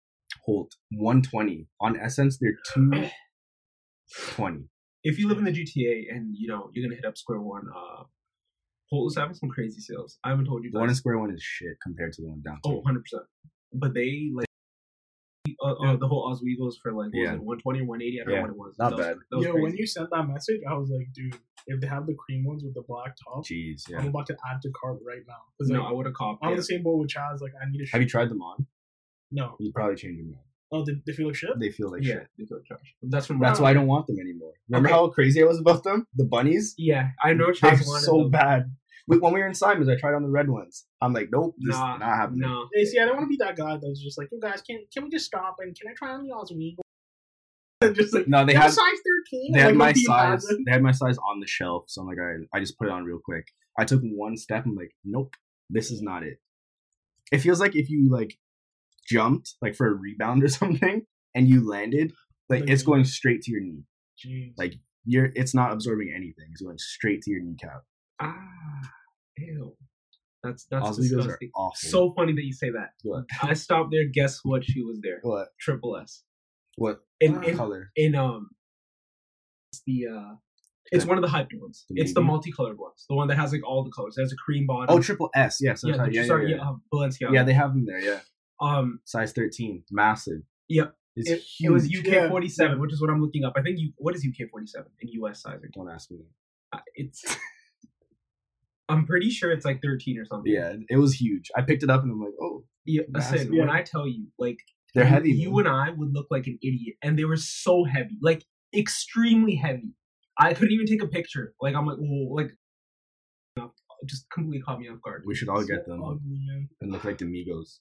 S3: Holt 120 on Essence? They're 220.
S2: If you live in the GTA and you know you're gonna hit up Square One, uh, Holt was having some crazy sales. I haven't told you
S3: The
S2: guys.
S3: one in Square One is shit compared to the one downtown.
S2: Oh, 100 percent. But they like uh, uh, the whole Oswego's for like what
S3: Yeah.
S2: was it 120 or 180? I don't
S3: Yeah,
S2: know what it was.
S3: not
S2: That was-
S3: bad.
S2: that was
S4: Yo,
S2: crazy.
S4: when you sent that message, I was like, dude, if they have the cream ones with the black top,
S3: jeez.
S4: I'm
S3: Yeah.
S4: about to add to cart right now. 'Cause,
S2: no,
S4: like,
S2: I would have copped.
S4: I'm on
S2: Yeah.
S4: the same boat with Chaz. Like, I need a
S3: Have
S4: shirt.
S3: you tried them on?
S4: No.
S3: You probably change your mind.
S4: Oh, they, they feel like shit?
S3: They feel like
S2: yeah,
S3: shit.
S2: they go trash. That's when
S3: That's why I don't want them anymore. Remember
S2: Okay.
S3: how crazy I was about them? The bunnies?
S2: Yeah, I know
S3: They're
S2: Chaz wanted
S3: so
S2: them.
S3: bad. Wait, when we were in Simons, I tried on the red ones. I'm like, nope, this
S2: Nah,
S3: is not happening.
S2: No,
S4: Hey, see, I don't want to be that guy that's just like, you guys, can can we just stop and can I try on the Oswego? And just like,
S3: No, they
S4: "You're
S3: had
S4: size 13.
S3: they had
S4: like,
S3: my
S4: what do you have?
S3: size. They had my size on the shelf, so I'm like, all right, I just put it on real quick. I took one step. I'm like, nope, this is not it. It feels like if you like jumped like for a rebound or something, and you landed, like
S4: Like,
S3: it's
S4: yeah.
S3: going straight to your knee.
S4: Jeez.
S3: Like you're, it's not absorbing anything. It's going straight to your kneecap.
S2: ah, ew. That's that's
S3: Oswegos are
S2: disgusting.
S3: awful.
S2: So funny that you say that.
S3: What?
S2: I stopped there. Guess what? She was there.
S3: what?
S2: Triple S.
S3: What
S2: In
S4: Wow.
S2: in,
S3: color?
S2: in um, it's the uh, it's one of the hyped ones.
S3: The
S2: it's the
S3: navy?
S2: multicolored ones. The one that has like all the colors. It has a cream bottom.
S3: Mm-hmm. Oh, triple S. Yes.
S2: yeah,
S3: that's right.
S2: the-
S3: yeah, yeah,
S2: sorry,
S3: yeah,
S2: yeah, uh, Balenciaga.
S3: Yeah, they have them there. Yeah,
S2: um,
S3: size 13, massive.
S2: Yep.
S3: It's
S2: it,
S3: huge.
S2: it was UK
S4: Yeah.
S2: forty seven, which is what I'm looking up. I think you what is UK forty seven in US sizing?
S3: Don't ask me. that.
S2: Uh, It's I'm pretty sure it's like 13 or something.
S3: Yeah, it was huge. I picked it up and I'm like, oh,
S2: Yeah,
S3: Massive.
S2: listen, when I tell you, like,
S3: they're
S2: you-
S3: heavy.
S2: You
S3: man.
S2: and I would look like an idiot, and they were so heavy, like extremely heavy. I couldn't even take a picture. Like I'm like, whoa, like just completely caught me off guard.
S3: We should all get
S4: So
S3: them
S4: Ugly, man.
S3: and look like the Migos.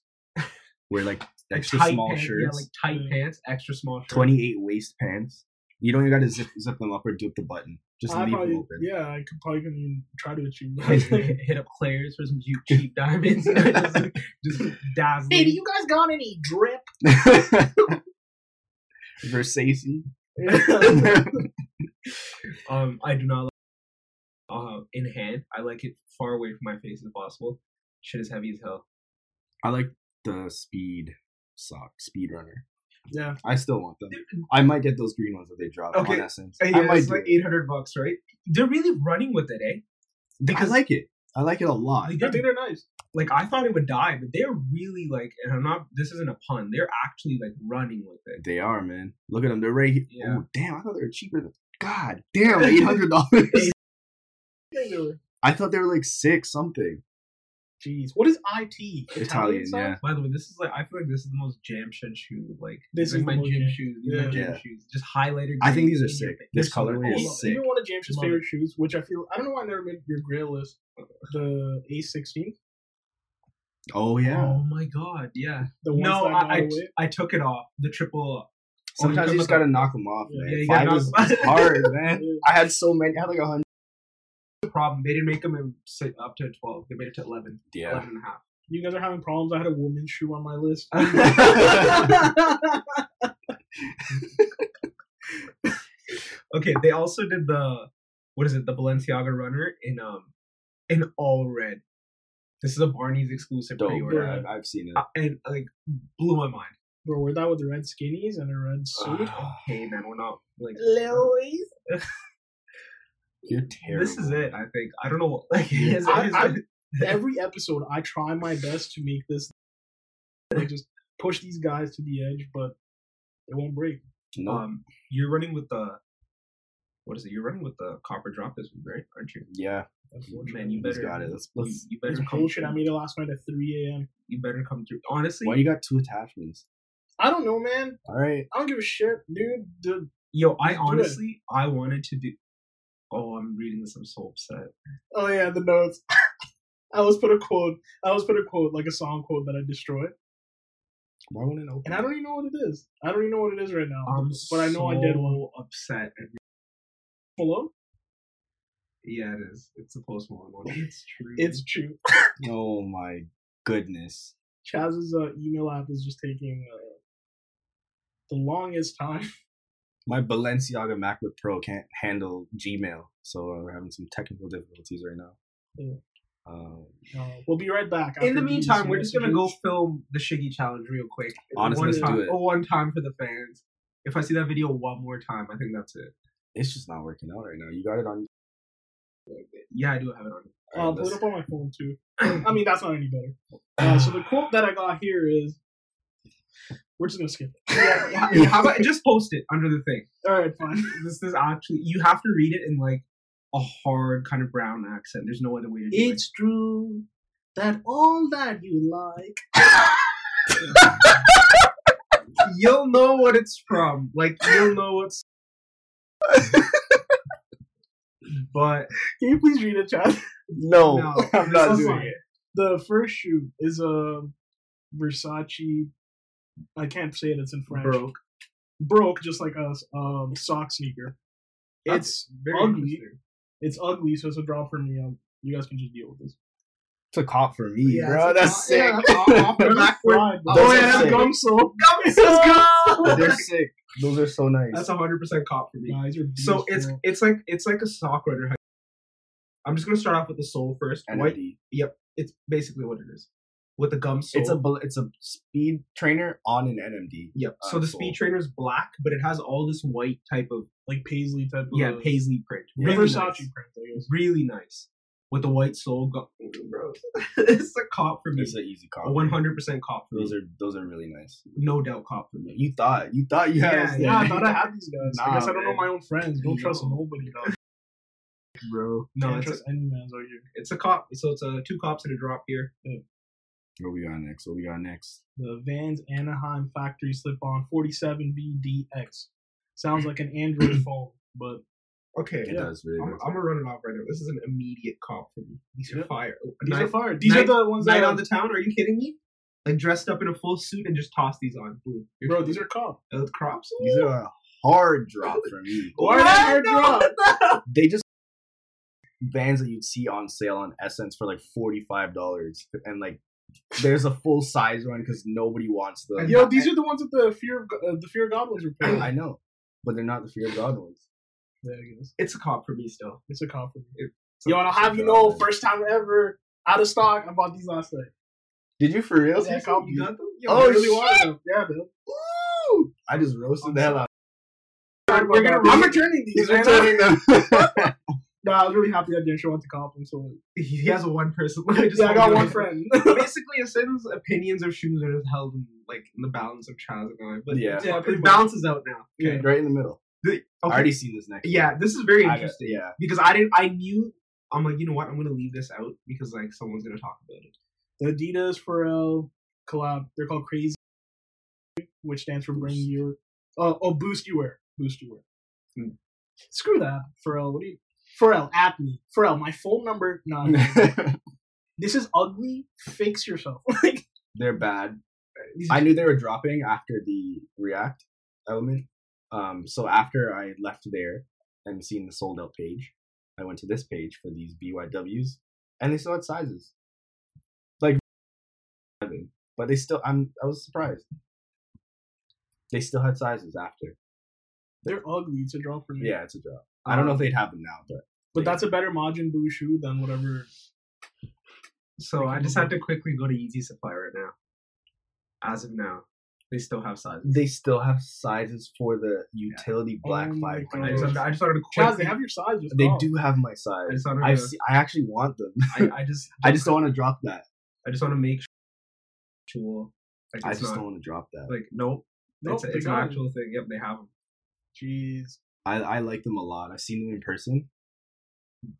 S3: Wear like
S2: Like,
S3: extra
S2: tight
S3: small
S2: pants,
S3: shirts,
S2: yeah, like tight
S4: Yeah.
S2: pants, extra small shirts.
S3: 28 waist pants. You don't even got to zip, zip them up or do up the button. Just
S4: I
S3: leave
S4: probably,
S3: them open.
S4: yeah, I could probably couldn't even try to achieve
S2: Hit,
S4: that.
S2: hit- hit up Claire's for some cheap, cheap diamonds. just, just dazzling.
S4: hey, do you guys got any drip?
S3: Versace.
S2: Um, I do not like uh in hand. I like it far away from my face if possible. Shit is heavy as hell.
S3: I like the speed sock, speed runner.
S4: yeah.
S3: I still want them. I might get those green ones that they drop
S2: Okay. Uh,
S3: on Essence.
S2: Yeah,
S3: I might
S2: it's
S3: do
S2: like
S3: it.
S2: eight hundred bucks, right? They're really running with it, eh?
S3: I like it. I like it a lot.
S2: Like,
S4: I think
S2: they're-
S4: they're nice.
S2: like I thought it would die, but they're really like, and I'm not. This isn't a pun. They're actually like running with it.
S3: They are, man. Look at them. They're right here.
S2: Yeah.
S3: Oh, damn. I thought they were cheaper than. God damn, $800.
S4: Yeah, they were.
S3: I thought they were like six something.
S4: Jeez, what is IT?
S3: Italian,
S4: side?
S3: yeah.
S2: By the way, this is like I feel like this is the most jam shed shoe. Like
S4: This
S2: these are
S4: is
S2: my
S4: the most
S2: gym
S4: jam-
S2: shoes. These are my
S4: yeah.
S2: gym
S3: Yeah.
S2: shoes. Just highlighter.
S3: I think
S2: green
S3: these are
S2: in your
S3: sick.
S2: face.
S3: This
S2: They're so
S3: colorway
S2: cool.
S3: is
S4: Well,
S3: sick.
S4: Even one of James's
S2: Love
S4: favorite shoes, which I feel I don't know why I never made your grail list, the A16,
S3: Oh yeah.
S2: Oh my god, yeah.
S4: the ones
S2: No,
S4: that got
S2: I, I,
S4: away.
S2: I took it off. The triple.
S3: Sometimes
S2: Oh,
S3: you
S2: you
S3: just
S2: come
S3: gotta knock them off,
S4: Yeah,
S3: man.
S2: Yeah, you
S3: Five
S2: got
S3: is
S2: knocked-
S3: hard, man.
S4: Yeah.
S3: I had so many. I had like a hundred.
S2: the problem. They didn't make them in, si- up to 12. They made it to 11.
S3: Yeah.
S2: 11 and a half.
S4: You guys are having problems. I had a woman's shoe on my list.
S2: Okay, they also did the what is it? The Balenciaga runner in um in all red. This is a Barney's exclusive
S3: Dope.
S2: pre-order,
S3: Yeah, I've, I've seen it.
S2: Uh, and like blew my mind.
S4: Bro, wear that with the red skinnies and a red suit.
S3: Ah.
S2: Hey man, we're not like
S4: Lois.
S3: You're terrible.
S2: this is it. I think I don't know. what- Like
S3: Yeah.
S2: is-
S4: I-
S2: is-
S4: I- Every episode, I try my best to make this. I just push these guys to the edge, but it won't break.
S3: No.
S2: um, you're running with the what is it? You're running with the copper drop this week, right? Aren't you?
S3: yeah.
S2: Man, you
S3: He's
S2: better
S3: got it. Let's,
S2: You,
S3: let's,
S2: you
S4: It's
S2: better come.
S4: bullshit. I made it last night at 3 a.m.
S2: You better come through. Honestly,
S3: why you got two attachments?
S4: I don't know, man.
S3: All right.
S4: I don't give a shit, dude. The
S2: yo, I
S4: Just do it.
S2: honestly I wanted to do. Oh, I'm reading this. I'm so upset.
S4: Oh yeah, the notes. I always put a quote. I always put a quote like a song quote that I destroyed,
S3: Why won't it open?
S4: and I don't even know what it is. I don't even know what it is right now.
S2: I'm
S4: but I know I did one.
S2: so upset. at-
S4: Malone,
S2: Yeah, it is. It's a post Malone one. It's true.
S4: it's true.
S3: Oh my goodness.
S4: Chaz's uh, email app is just taking uh, the longest time.
S3: My Balenciaga MacBook Pro can't handle Gmail, so we're having some technical difficulties right now.
S2: Mm.
S4: Yeah.
S3: Um,
S4: Uh, we'll be right back.
S2: in
S4: after
S2: the
S4: these
S2: meantime, we're just gonna go
S4: messages.
S2: film the Shiggy challenge real quick.
S3: Honestly,
S2: one
S3: let's
S2: time,
S3: do it.
S2: oh, one time for the fans. If I see that video one more time, I think that's it.
S3: it's just not working out right now. You got it on.
S2: Yeah, I do have it on.
S4: I'll pull it uh, up on my phone too. I mean, that's not any better. Uh, so the quote that I got here is, "We're just gonna skip." it.
S2: Yeah, how about just post it under the thing?
S4: All right, fine.
S2: This is actually you have to read it in like a hard kind of brown accent. There's no other way to do it.
S4: It's true that all that you like.
S2: You'll know what it's from. Like you'll know what's. but
S4: Can you please read it, Chad?
S3: No,
S2: No,
S3: I'm
S2: this
S3: not
S2: is
S3: doing
S2: fine.
S3: it.
S4: The first shoe is a Versace. I can't say it. It's in French.
S2: broke.
S4: Broke, just like a um, sock sneaker.
S2: It's very
S4: ugly.
S2: interesting.
S4: It's ugly, so it's a draw for me. Um, you guys can just deal with this.
S3: It's a cop for me,
S2: Yeah,
S3: bro.
S2: it's a
S3: That's
S2: cop- yeah,
S3: sick.
S2: that's off- off the backward.
S4: Fine, but
S2: Oh,
S4: that's
S2: yeah,
S4: not
S2: that's
S4: sick.
S2: gum
S4: so.
S3: They're sick. Those are so nice.
S2: That's hundred percent cop for me.
S4: Guys are
S2: So it's
S4: beautiful.
S2: it's like it's like a sock runner. I'm just gonna start off with the sole first. White.
S3: NMD.
S2: It's basically what it is. With the gum sole.
S3: It's a bal- it's a speed trainer on an NMD.
S2: Yep.
S3: Uh,
S2: so the
S3: so-
S2: speed trainer is black, but it has all this white type of
S4: like paisley type.
S2: yeah
S4: of,
S2: paisley print. Really
S4: Versace print,
S2: nice.
S4: I guess.
S2: Really nice. With the white sole, go- bro. it's a cop for me.
S3: It's an easy cop.
S2: A 100 percent cop for me.
S3: Those are those are really nice.
S2: no doubt cop for me.
S3: You thought you thought you
S2: Yeah,
S3: had. us
S4: Yeah, I
S3: there.
S4: thought I had these guys. I
S3: Nah,
S4: guess I don't
S3: man.
S4: know my own friends. Don't trust
S2: No.
S4: nobody. Dog.
S3: bro.
S2: No,
S4: Can't
S2: it's a,
S4: trust any man's out here.
S2: it's a cop. So it's a two cops and a drop here.
S3: What we got next? What we got next?
S4: The Vans Anaheim Factory Slip On 47VDX. Sounds like an Android phone, but
S2: Okay.
S3: It does really.
S2: I'm,
S3: good.
S2: I'm gonna run it off right now. This is an immediate cop for me. These are
S4: Yeah.
S2: fire.
S4: these
S2: night,
S4: are fire. These
S2: night-
S4: are the ones that
S2: night on the town. Are you kidding me? Like dressed up in a full suit and just toss these on. Boom. You're
S4: bro.
S2: killing
S4: These
S2: me.
S4: are cop.
S2: those crops.
S3: These are a hard drop for me.
S4: Why are they hard drop?
S3: They just vans that you'd see on sale on Essence for like forty five dollars, and like there's a full size one because nobody wants them.
S2: And-
S4: Yo, these are the ones that the fear of Go- uh, the fear of goblins were playing.
S3: I know, but they're not the Fear of God ones.
S4: Yeah, I guess.
S2: It's a cop for me still.
S4: It's a cop. for me.
S2: It's a-
S4: Yo, and I'll have you know, first time ever out of stock. I bought these last night.
S3: Did you for real?
S4: Yeah,
S3: Cecil?
S4: cop.
S2: You got them? Yo,
S3: Oh,
S4: I really
S3: shit.
S4: wanted them. Yeah, man.
S3: Ooh! I just roasted the hell out.
S4: We're gonna. I'm returning
S3: He's
S4: these. man.
S3: returning them.
S4: No, I was really happy I didn't show up to cop them. So
S2: he has a one person.
S4: yeah, I got one friend.
S2: Basically, Asin's opinions of shoes are just held in, like in the balance of Chaz and I, but
S3: Yeah.
S4: Yeah, pretty
S2: it
S4: much.
S2: balances out now.
S4: Yeah.
S3: right in the middle.
S2: The-
S3: I
S2: okay.
S3: already seen this next.
S2: yeah, this is very
S3: one. I got-
S2: interesting
S3: yeah.
S2: because I didn't. I knew I'm like, you know what? I'm gonna leave this out because like someone's gonna talk about it.
S4: The Adidas Pharrell collab. They're called Crazy, which stands for Bring
S2: Boost.
S4: Your. Oh, oh, Boost You Wear. Boost You Wear.
S2: Hmm.
S4: Screw that, Pharrell. What do you? Pharrell, at me. Pharrell, my phone number. No, no. this is ugly. Fix yourself. like
S3: They're bad. I knew they were dropping after the React element. Um, so after I left there and seen the sold out page, I went to this page for these BYWs, and they still had sizes. Like, but they still. I'm. I was surprised. They still had sizes after.
S4: they're ugly. It's a draw for me.
S3: Yeah, it's a drop. I don't know if
S4: Um,
S3: they'd have them now, but
S4: But that's a better Majin Buu shoe than whatever.
S2: So I just had to quickly go to Easy Supply right now. As of now, they still have sizes.
S3: they still have sizes for the utility black
S4: Oh my
S3: five
S2: I
S3: hundred.
S2: just, I just wanted to
S4: Chaz,
S2: quickly.
S4: they have your size. just
S3: They
S4: call.
S3: do have my
S2: I
S3: size.
S2: just wanted
S3: I
S2: to.
S3: see, I actually want them.
S2: I, I just.
S3: I just don't want to drop that.
S2: I just want to make sure. Like
S3: I
S2: it's
S3: just
S2: not
S3: don't want to drop that.
S2: like nope.
S4: Nope,
S2: it's
S4: they
S2: it's an
S4: got it.
S2: actual thing. Yep, they have them.
S4: Jeez.
S3: I, I like them a lot. I've seen them in person. They're,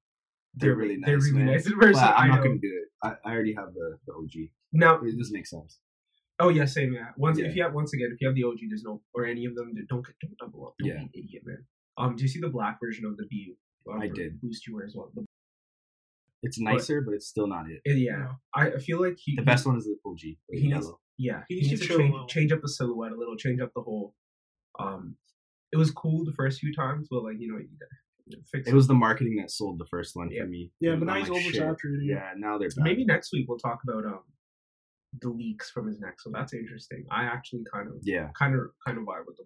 S2: They're-
S3: really nice.
S2: they're really
S3: man.
S2: nice in person,
S3: But I'm
S2: I
S3: not
S2: know.
S3: gonna do it. I, I already have the, the OG.
S2: Now,
S3: It- This makes sense.
S2: oh yeah, same yeah. Once
S3: Yeah.
S2: if you have once again, if you have the OG, there's no or any of them, then don't get don't double up. Don't
S3: Yeah.
S2: be an idiot, man. Um, do you see the black version of the BU? Um,
S3: I did.
S2: Boost you wear as well. The,
S3: It's nicer, but, it's still not it.
S2: eh, yeah,
S4: No.
S2: I I feel like he
S3: The best one is the OG, the
S2: He needs-
S3: yellow.
S2: Yeah,
S4: He
S2: he
S4: needs
S2: needs,
S4: to
S2: to,
S4: chill a
S2: change,
S4: little.
S2: change up the silhouette a little, change up the whole. Um, it was cool the first few times, but like you know, you gotta fix
S3: It was the marketing that sold the first one
S2: Yeah.
S3: for me.
S4: Yeah, but
S3: And
S4: now
S3: I'm
S4: he's
S3: like, shit.
S4: oversaturated.
S3: Yeah, now they're bad.
S2: Maybe next week we'll talk about um the leaks from his neck. So that's interesting. I actually kind of
S3: Yeah,
S2: kind of kind of vibe with them.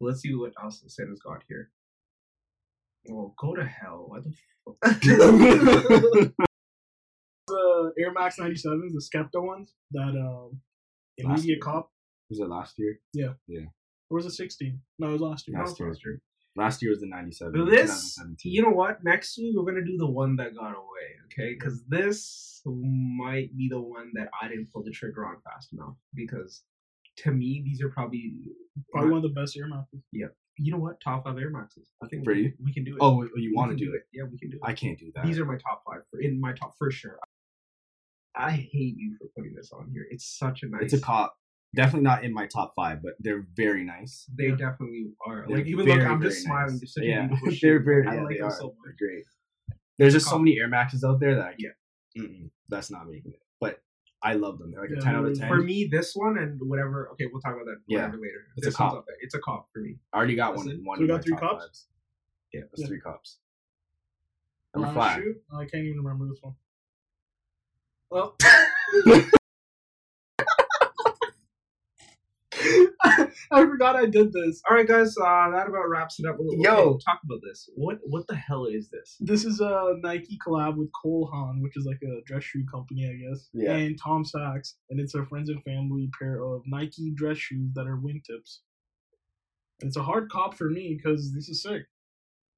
S2: Let's see what else Santa's got here. Well, go to hell. What the fuck?
S4: The Air Max 97s, the Skepta ones, that um,
S3: Last
S4: immediate
S3: year.
S4: cop.
S3: was it last year?
S4: Or was it 16? No, it was last year.
S3: Last year. Last year was the '97.
S2: But this, you know what? Next week we're gonna do the one that got away, okay? Because this might be the one that I didn't pull the trigger on fast enough. Because to me, these are probably
S4: Probably one of the best Air Maxes.
S2: you know what top five Air Maxes. I think
S3: For
S2: we,
S3: you?
S2: we can do it.
S3: Oh, you
S2: We
S3: want to
S2: can
S3: do it?
S2: Yeah, we can do it.
S3: I can't do that.
S2: These are my top five for in my top for sure. I hate you for putting this on here. It's such a nice.
S3: It's a cop. Definitely not in my top five, but they're very nice.
S2: They
S4: Yeah.
S2: definitely are.
S3: They're
S2: like even
S3: very,
S2: look, I'm
S3: very
S2: just smiling.
S3: nice.
S2: They're such
S3: yeah,
S2: a beautiful shoe.
S3: they're very.
S2: I
S3: yeah,
S2: like
S3: they
S2: them
S3: are.
S2: so
S3: They're
S2: much.
S3: great. There's just so
S2: Cop.
S3: many Air Maxes out there that I
S2: Yeah.
S3: Mm-mm, that's not making it. But I love them. They're like
S4: Yeah,
S3: a ten out of
S4: they're-
S3: ten.
S2: For me, this one and whatever. Okay, we'll talk about that
S3: Yeah.
S2: whatever later.
S3: It's a
S2: This one's
S3: cop.
S2: up there. It's a cop for me.
S3: I already got one.
S2: Listen,
S3: one
S4: so we
S3: in
S4: got
S3: my
S4: three
S3: top
S4: cops?
S3: fives. Yeah, that's
S4: Yeah.
S3: three cops. Number
S4: Last
S3: five.
S4: shoe? I can't even remember this one. Well, I forgot I did this.
S2: All right, guys. Uh, that about wraps it up. A little.
S3: Yo.
S2: okay, talk about this. What what the hell is this?
S4: This is a Nike collab with Cole Haan, which is like a dress shoe company, I guess,
S3: Yeah.
S4: and Tom Sachs, and it's a friends and family pair of Nike dress shoes that are wingtips. And it's a hard cop for me because this is sick.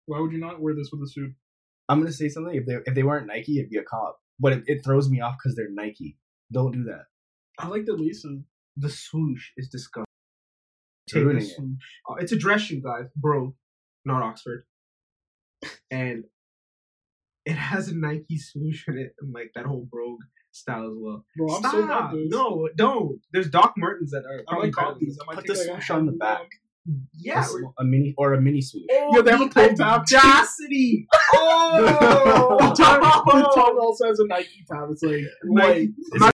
S4: Why would you not wear this with a suit?
S3: I'm gonna say something. If they if they weren't Nike, it'd be a cop. But it, it throws me off because they're Nike. Don't do that.
S4: I like the laces.
S2: The swoosh is disgusting.
S3: You're
S2: Take the
S3: ruining it.
S2: swoosh. Uh, it's a dress shoe, guys, bro, not Oxford. And it has a Nike swoosh in it, and like that whole brogue style as well.
S4: Bro, I'm
S2: Stop!
S4: so mad. dude.
S2: no, don't. There's Doc Martens that are.
S4: I
S2: probably
S4: might cop
S2: better than
S4: these. I might
S3: Put
S4: take,
S3: the
S4: like, a
S3: swoosh on the
S4: handbag.
S3: back.
S2: them.
S3: A
S2: Yeah.
S3: sm- a mini or a mini swoosh.
S2: Oh,
S4: Yo, they have a
S2: the
S4: pull tab.
S2: Audacity! Oh!
S4: The Tom, the Tom also has a Nike tab. It's like,
S2: Nike.
S4: like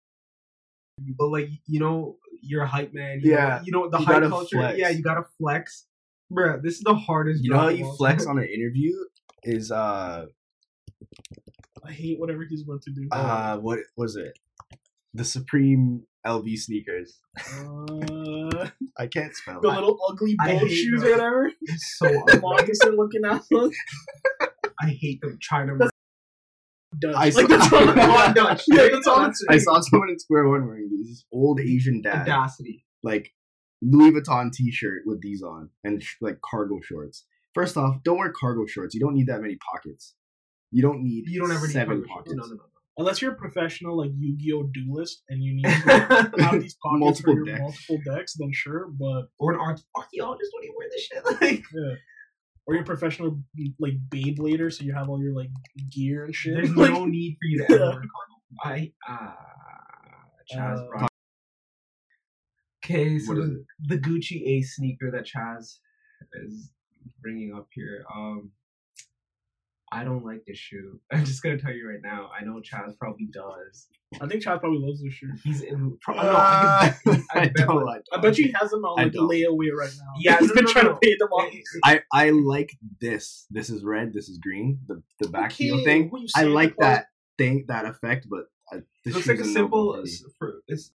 S2: but like you know, you're a hype man. You
S3: Yeah.
S2: know, you know the
S3: You
S2: hype
S3: gotta
S2: culture.
S3: flex.
S2: Yeah, you gotta flex, Bruh, This is the hardest.
S3: You know how
S2: job of
S3: you
S2: all
S3: flex
S2: time.
S3: on an interview is uh
S4: I hate whatever he's about to do.
S3: uh what was it? The Supreme LV sneakers.
S4: Uh,
S3: I can't spell.
S4: the little ugly
S2: I
S4: boat
S2: hate
S4: shoes
S2: those.
S4: or whatever.
S2: It's so uh,
S4: The moccasin looking out.
S2: I hate them. China.
S4: Dutch.
S3: I
S4: like
S3: saw-
S4: the Tom
S2: Come on, Dutch.
S4: Yeah,
S2: There
S4: that's
S2: you
S4: all
S2: go.
S4: it's-
S3: I saw someone in Square One wearing these this old Asian dad,
S2: Audacity.
S3: like Louis Vuitton T-shirt with these on and sh- like cargo shorts. First off, don't wear cargo shorts. You don't need that many pockets. You don't need
S2: You don't ever need
S3: seven
S2: coverage.
S3: pockets.
S2: No, no, no.
S4: Unless you're a professional like Yu-Gi-Oh duelist and you need to
S2: no.
S4: have these pockets
S3: Multiple
S4: for your
S3: decks.
S4: multiple decks, then sure. But
S2: or an arch- archaeologist when you wear this shit. Like,
S4: yeah. or you're a professional like Beyblader, so you have all your like gear and shit.
S2: There's
S4: Like,
S2: no need for you to ever
S4: Yeah.
S2: work on I ah Chaz
S4: Uh,
S2: brought. Oh. Okay, so
S3: What is
S2: the, the Gucci Ace sneaker that Chaz is bringing up here. Um, I don't like this shoe. I'm just gonna tell you right now. I know Chaz probably does.
S4: I think Chad probably loves this shoe.
S2: He's in. Pro- no, I
S3: Uh,
S2: can bet- Ah, I
S3: I
S2: bet
S3: don't
S2: like-
S3: like.
S4: I bet you he has them on
S3: I
S4: like
S3: don't.
S4: layaway right now.
S2: Yeah,
S4: he's
S2: no,
S4: been
S2: no,
S4: trying
S2: no.
S4: to pay them off.
S3: I I like this. This is red. This is green. The the back heel
S4: Okay,
S3: thing.
S4: when you
S3: I
S4: say
S3: like
S4: the part-
S3: that thing that effect, but uh,
S2: It
S3: this
S2: looks
S3: shoe's
S2: like a
S3: no
S2: simple
S3: go for me.
S2: s- fruit. It's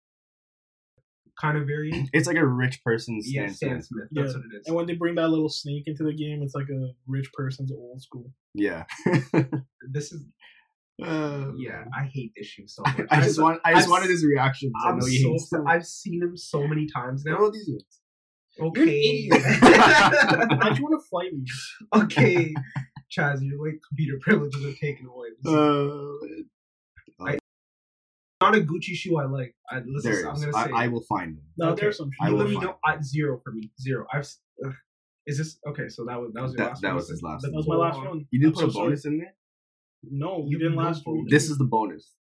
S2: kind of variant.
S3: It's like a rich person's
S2: Yeah,
S3: stance. Yeah,
S2: Stan Smith. That's
S4: Yeah.
S2: what it is.
S4: And when they bring that little snake into the game, it's like a rich person's old school.
S3: yeah.
S2: This is
S3: Uh,
S2: yeah. I hate this shoe so
S3: I,
S2: much.
S3: I just
S2: I'm-
S3: want. I just
S2: I've
S3: wanted his reaction. 'cause I
S2: I'm so
S3: know you hate
S2: fr-
S3: him.
S2: I've seen him so many times
S3: I
S2: now.
S3: know these ones.
S2: Okay.
S4: You're Why'd you want to fight me?
S2: okay. Chaz, your like computer privileges are taken away. This is
S3: Uh,
S2: not a Gucci shoe I like. I, let's
S3: there
S2: just,
S3: it
S2: I'm
S3: is.
S2: gonna
S3: I,
S2: say.
S3: I will find them.
S4: No,
S2: Okay.
S4: there's some.
S3: I
S2: you
S3: will
S2: let
S4: shit.
S2: me
S3: find
S2: know. I, zero for me. Zero. I've. s- Ugh. Is this okay? So that was that was your
S3: That-
S2: last.
S3: that
S2: one?
S3: was his last
S4: That
S2: The
S4: was my last one.
S3: You didn't
S4: I'm
S3: put a
S4: so sorry.
S3: bonus in there.
S4: No, we
S2: You
S4: didn't
S2: didn't
S4: last
S2: put
S4: week.
S3: This is the bonus.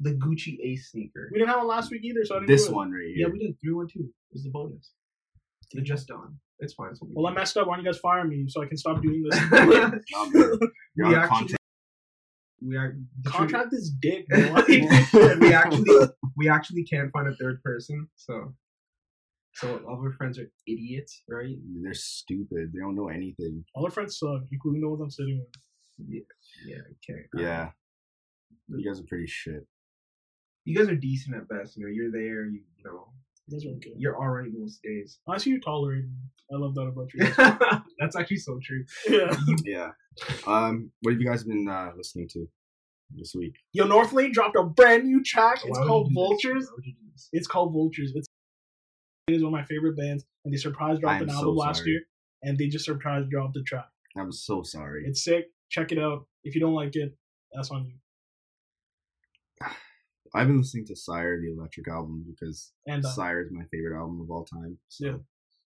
S2: The Gucci A sneaker.
S4: we didn't have it last week either, so I didn't
S3: This
S4: do it.
S3: one right
S2: Yeah,
S3: here.
S2: we did three one two. It was the bonus. The just on. It's fine. It's what we
S4: Well, I
S2: do.
S4: messed up. Why don't you guys fire me so I can stop doing this?
S3: Nah, man. You're
S2: We
S3: on
S2: actually-
S3: content.
S2: we are the truth-
S4: Contract is dick. Bro.
S2: we actually we actually can't find a third person. So so all of our friends are idiots, right?
S3: They're stupid. They don't know anything.
S4: All our friends suck, including the ones I'm sitting with.
S2: Yeah. Okay.
S3: Yeah. You guys are pretty shit.
S2: You guys are decent at best. You know, you're there. You, you know,
S4: You guys are okay.
S2: you're all right most days.
S4: Honestly, you tolerate me. I love that about you. guys.
S2: That's actually so true.
S4: yeah.
S3: yeah. Um, what have you guys been uh, listening to this week?
S4: Yo, North Lane dropped a brand new track. It's
S2: Why would
S4: called
S2: you do this?
S4: Vultures.
S2: Why would you do this?
S4: It's called Vultures. It's it is one of my favorite bands, and they surprise dropped
S3: I'm
S4: an
S3: so
S4: album last
S3: sorry.
S4: year, and they just surprise dropped the track.
S3: I'm so sorry.
S4: It's sick. Check it out. If you don't like it, that's on you.
S3: I've been listening to Sire, the Electric album, because
S4: And uh,
S3: Sire is my favorite album of all time. So
S4: Yeah.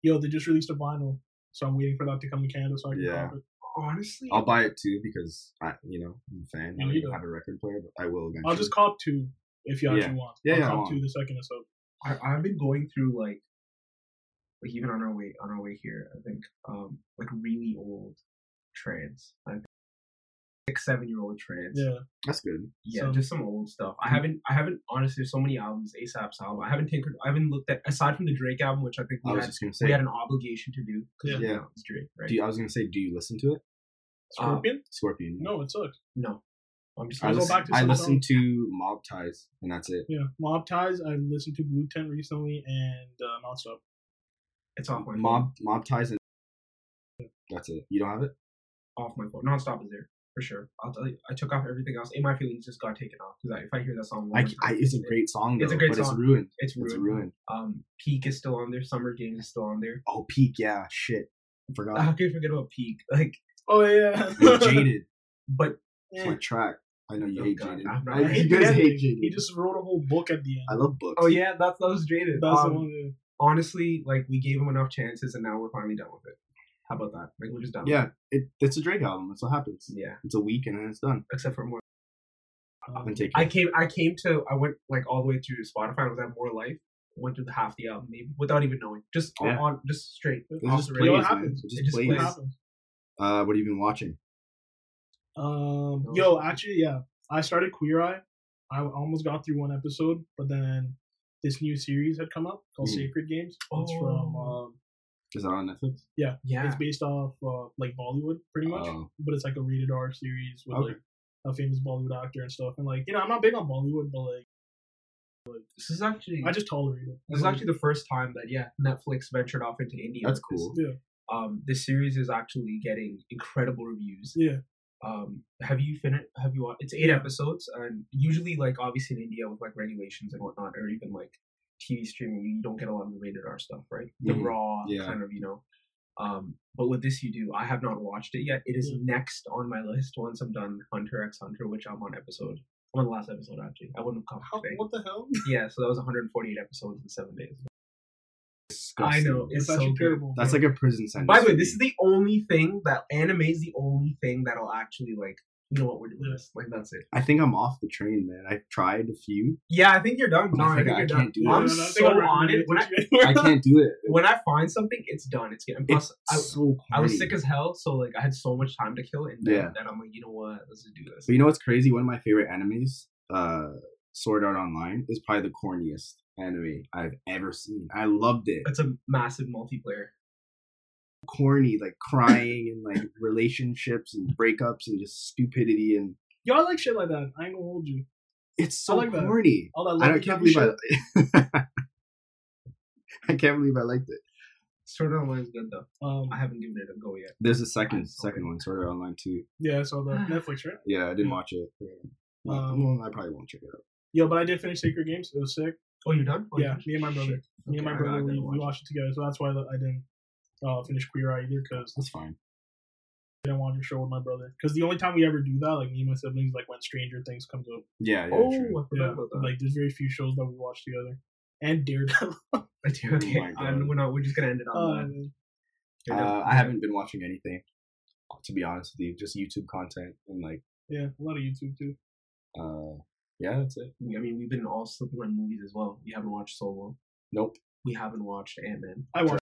S4: yo, they just released a vinyl, so I'm waiting for that to come to Canada so I can
S3: Yeah.
S4: cop it.
S2: Honestly,
S3: I'll buy it too because I, you know, I'm a fan.
S4: You
S3: I
S4: need
S3: don't
S4: it.
S3: have a record player, but I will eventually.
S4: I'll just cop two if you
S3: Yeah.
S4: actually want.
S3: Yeah,
S4: I'll
S3: yeah, I
S4: cop
S3: want.
S4: two the second it's up.
S2: I, I've been going through like, like even on our way on our way here, I think, um, like really old trance, like six seven year old trance.
S4: Yeah,
S3: That's good.
S2: Yeah,
S4: So-
S2: just some old stuff.
S3: Mm-hmm.
S2: I haven't, I haven't honestly. There's so many albums, ASAP's album. I haven't tinkered. I haven't looked at aside from the Drake album, which I think
S3: I
S2: we
S3: was
S2: had,
S3: just gonna
S2: we
S3: say.
S2: had an obligation to do because
S3: Yeah.
S2: yeah, it's Drake, right?
S3: Do you, I was gonna say, do you listen to it,
S4: Scorpion.
S3: Scorpion?
S4: no, it sucks.
S2: no, I'm just
S3: I,
S4: I'll
S2: gonna
S4: go
S3: listen,
S4: back to
S3: I
S4: some
S3: listened to Mob Ties, and that's it.
S4: Yeah, Mob Ties. I listened to Blue Tent recently and uh, Nonstop.
S2: It's off my phone.
S3: Mob Mob Ties, and that's it. You don't have it?
S2: off my phone. Nonstop is there for sure. I'll tell you. I took off everything else. In my feelings just got taken off because if I hear that song, one
S3: I,
S2: more
S3: I,
S2: time,
S3: it's a great song, though,
S2: It's a great
S3: but it's
S2: song.
S3: ruined.
S2: It's ruined.
S3: It's ruined.
S2: Um, Peak is still on there. Summer Games is still on there.
S3: Oh, Peak, yeah, shit. I
S2: How
S3: forgot.
S2: can you forget about Peak? Like,
S4: Oh yeah,
S3: You're Jaded.
S2: but
S3: It's
S4: Eh.
S3: my track. I know you
S2: Oh,
S3: hate
S2: God,
S3: Jaded.
S2: I'm not-
S3: I-
S2: I
S3: you
S4: hate
S3: guys
S4: Jaded.
S3: hate
S4: He
S3: Jaded.
S4: just wrote a whole book at the end.
S3: I love books.
S2: oh yeah, that's that was Jaded.
S4: That's
S2: Um,
S4: the one. Yeah.
S2: honestly, like we gave him enough chances, and now we're finally done with it. How about that? Like we're just done.
S3: Yeah, it, it's a Drake album. That's what happens.
S2: yeah.
S3: It's a week and then it's done.
S2: Except for more.
S3: I've been taking
S2: I came. I came to. I went like all the way to Spotify. I was at More Life. Went through the half the album maybe without even knowing. Just on,
S3: Yeah.
S2: on just straight.
S3: It
S2: off
S3: just
S2: the
S3: plays,
S4: Yo,
S2: radar.
S4: it
S3: man.
S4: happens.
S3: It
S2: It
S3: just
S2: just
S3: plays.
S4: What
S2: plays.
S4: happened?
S3: Uh, what have you been watching?
S4: Um, yo, actually, yeah, I started Queer Eye. I almost got through one episode, but then this new series had come up called
S3: Mhm.
S4: Sacred Games. It's
S3: Oh,
S4: from um,
S3: Is that on Netflix?
S4: yeah,
S2: Yeah.
S4: it's based off uh, like Bollywood, pretty much.
S3: Oh.
S4: But it's like a rated R series with
S3: Okay.
S4: like a famous Bollywood actor and stuff. And like, you know, I'm not big on Bollywood, but like,
S2: This is actually.
S4: I just tolerate it.
S2: this is actually the first time that yeah Netflix ventured off into India.
S3: That's
S2: with this.
S3: cool.
S4: yeah.
S2: Um, this series is actually getting incredible reviews.
S4: Yeah.
S2: um have you finished have you wa- it's eight episodes and usually like obviously in india with like regulations and whatnot or even like tv streaming you don't get a lot of the rated r stuff right the
S4: Mm-hmm.
S3: Mhm.
S2: raw
S3: Yeah.
S2: kind of you know um but with this you do i have not watched it yet it is
S4: Yeah.
S2: next on my list once i'm done hunter x hunter which i'm on episode i'm on the last episode actually i wouldn't have come
S4: How,
S2: today
S4: what the hell?
S2: yeah so that was 148 episodes in seven days I
S3: disgusting.
S2: know. It's
S4: It's
S2: so
S4: actually
S2: good.
S4: terrible.
S3: That's like a prison sentence.
S2: By the way,
S3: to
S2: this
S3: me.
S2: is the only thing that anime is the only thing that'll actually like. You know what we're doing? This. Like that's it.
S3: I think I'm off the train, man. I tried a few.
S2: Yeah, I think you're done.
S3: No,
S2: No, I
S3: I
S2: think you're
S3: can't
S2: done.
S3: do it.
S2: I'm
S4: I don't know, I think
S2: so
S4: I'll
S2: on
S4: recommend
S2: it. When I,
S4: to you.
S3: I can't do it.
S2: when I find something, it's done. It's getting.
S3: It's
S2: Plus, I,
S3: so
S2: I was
S3: corny.
S2: sick as hell, so like I had so much time to kill, and then,
S3: Yeah.
S2: then I'm like, you know what? Let's just do this.
S3: But you know what's crazy? One of my favorite animes, uh, Sword Art Online, is probably the corniest anime I've ever seen. I loved it.
S2: It's a massive multiplayer.
S3: Corny, like crying and like relationships and breakups and just stupidity and
S4: Y'all like shit like that. I ain't gonna hold you.
S3: it's so
S4: I like that.
S3: corny.
S4: All
S3: I
S4: that love
S3: don't, can't believe I. I can't believe I liked it.
S2: Sword Art Online is good though.
S4: Um,
S2: I haven't given it a go yet.
S3: There's a second
S2: I'm sorry.
S3: second one, Sword Art Online too.
S4: yeah, so the Netflix, right?
S3: Yeah, I didn't
S4: Yeah.
S3: watch it. Well,
S4: Um,
S3: I probably won't check it out.
S4: Yo, but I did finish Sacred Games. It was sick.
S2: Oh, you're done? Oh,
S4: Yeah,
S2: you-
S4: me and my
S2: shit.
S4: brother. Me and
S2: Okay,
S4: my
S2: I gotta- I
S4: brother, we,
S2: gotta
S4: we
S2: watch
S4: watched it together, so that's why I didn't uh, finish Queer Eye either, because
S3: That's fine.
S4: I didn't want to show with my brother. Because the only time we ever do that, like me and my siblings, like when Stranger Things comes up.
S3: Yeah,
S2: it.
S3: yeah,
S2: Oh,
S3: true.
S2: I forgot
S4: Yeah,
S2: about that.
S4: like there's very few shows that we watch together. And Daredevil. Oh,
S2: Okay, okay.
S3: Oh my God.
S2: I'm, we're not. We're just gonna end it on that.
S4: Um,
S2: You're
S3: Uh,
S2: done.
S3: I haven't been watching anything, to be honest with you. Just YouTube content and like,
S4: yeah, a lot of YouTube too.
S3: uh, yeah, that's it.
S2: I mean, we've been all slipping on movies as well. We haven't watched Solo.
S3: Nope,
S2: We haven't watched Ant Man.
S4: I watched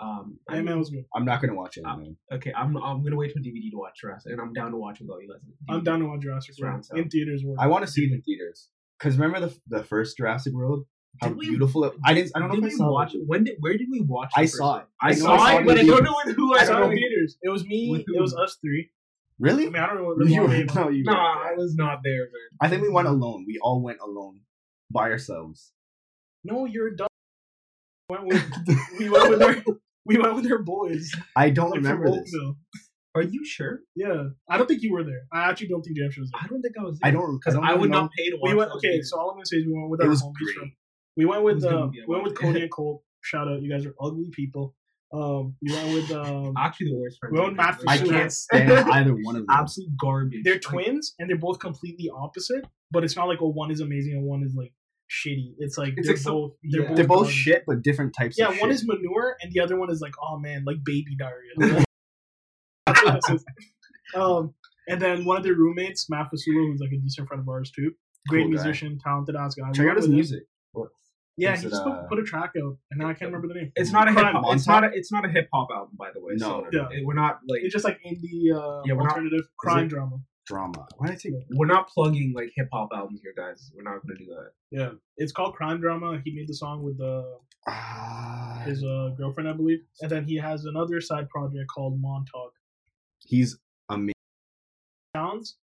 S2: Um, I
S4: Ant Man
S2: mean-
S4: was good.
S3: I'm not gonna watch it. man.
S2: Okay, I'm. I'm gonna wait for DVD to watch Jurassic, and I'm down to watch with all you guys.
S4: I'm down to watch Jurassic World.
S2: Surround
S4: In theaters were
S3: I want to see it in theaters because remember the the first Jurassic World, how
S2: Did we-
S3: beautiful it. I didn't. I don't know
S2: Did
S3: if I
S2: we
S3: saw
S2: watch
S3: it.
S2: it. When did? Where did we watch?
S3: I
S2: the first
S3: saw
S2: one?
S3: it.
S2: I
S3: know
S2: saw,
S4: saw it
S2: it,
S4: in
S2: but I don't
S3: theaters.
S2: know with who I
S4: I
S2: saw
S4: saw it in
S2: it.
S4: theaters. It was me.
S2: With who?
S4: It was us three. I
S3: Really?
S4: mean, I don't know.
S3: You
S4: You
S3: were, no, you.
S2: Nah,
S3: weren't.
S2: I was not there, man.
S3: I think we went alone. We all went alone by ourselves.
S4: no, you're a dumb. Went with, we went with their we went with their boys.
S3: I don't
S4: Like from
S3: remember this.
S4: Oakville.
S2: Are you sure?
S4: Yeah, I don't think you were there. I actually don't think James was there.
S2: I don't think I was.
S3: I
S2: there.
S3: don't
S2: because I,
S3: don't
S2: would
S3: know.
S2: not pay to watch.
S4: We went
S2: that
S4: okay.
S2: movie.
S4: So all I'm gonna say is we went with
S3: It
S4: our
S3: was
S4: homies
S3: great.
S4: from. We went
S2: It was
S4: with
S2: gonna
S4: uh,
S2: be a
S4: we went with
S2: lot.
S4: Cody and Cole. Shout out, you guys are ugly people. Um, we went with um,
S2: actually the worst friends.
S4: Well,
S2: I've
S4: not
S2: ever
S4: for
S3: I
S2: been.
S4: sure.
S3: can't stand either one of them.
S2: Absolute garbage.
S4: they're
S2: Like,
S4: twins and they're both completely opposite. But it's not like oh one is amazing and one is like shitty. It's like
S2: It's
S4: they're
S2: like some-
S4: both they're
S2: yeah.
S4: both
S3: They're both
S4: garbage.
S3: shit, but different types.
S4: Yeah,
S3: of
S4: one
S3: shit.
S4: is manure and the other one is like, oh man, like baby diarrhea. That's what this is. um, and then one of their roommates, Matt Fasula, who's like a decent friend of ours too. Great
S3: Cool guy.
S4: musician, talented ass guy. We
S3: Check
S4: went
S3: out his
S4: with him.
S3: music.
S4: Yeah,
S3: Is
S4: he
S3: it,
S4: just
S3: uh,
S4: put, put a track out, and now I can't remember the name.
S2: It's not a hip
S4: Crime
S2: hop. It's
S3: Montage?
S2: not a. It's not a hip hop album, by the way.
S3: No,
S2: so
S4: no, no.
S2: it- we're not like
S4: It's just like indie uh,
S2: Yeah, we're not-
S4: alternative
S3: it-
S4: crime drama.
S3: drama. Why did I take
S2: we're not plugging like hip hop albums here, guys. We're not gonna do that.
S4: Yeah, it's called crime drama. He made the song with uh,
S3: Ah,
S4: his uh, girlfriend, I believe, and then he has another side project called Montauk.
S3: he's amazing.
S4: Sounds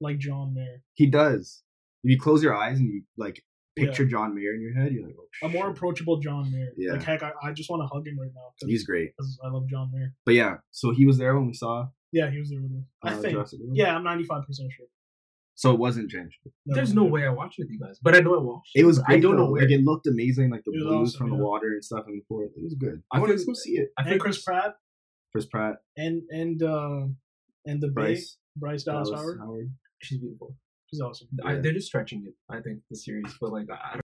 S4: like John Mayer.
S3: He does. If you close your eyes and you like
S4: Yeah.
S3: picture John Mayer in your head, you're like, oh,
S4: a more
S3: shit.
S4: approachable John Mayer.
S3: Yeah.
S4: Like heck, I, I just want to hug him right now
S3: He's great.
S4: because I love John Mayer.
S3: But yeah, so he was there when we saw.
S4: Yeah, he was there with us.
S3: Uh,
S4: I think.
S3: Jurassic World.
S4: Yeah, I'm 95 percent sure.
S3: So it wasn't James.
S4: No,
S2: There's no way I watched with you guys, but I know I watched.
S3: It was. Great,
S2: I don't
S3: though.
S2: know where.
S3: Like it looked amazing, like the
S4: It was
S3: blues
S4: awesome,
S3: from the
S4: yeah.
S3: water and stuff in the forest. It was good.
S2: I
S3: I want to
S2: think-
S3: go see it.
S2: I
S4: And Chris Pratt
S3: Chris Pratt,
S4: and and uh, and the Bryce
S3: Bryce,
S4: Bryce Dallas Howard.
S2: she's beautiful.
S4: He's awesome.
S2: I,
S3: Yeah.
S2: they're just stretching it. I think the series, but like I I don't.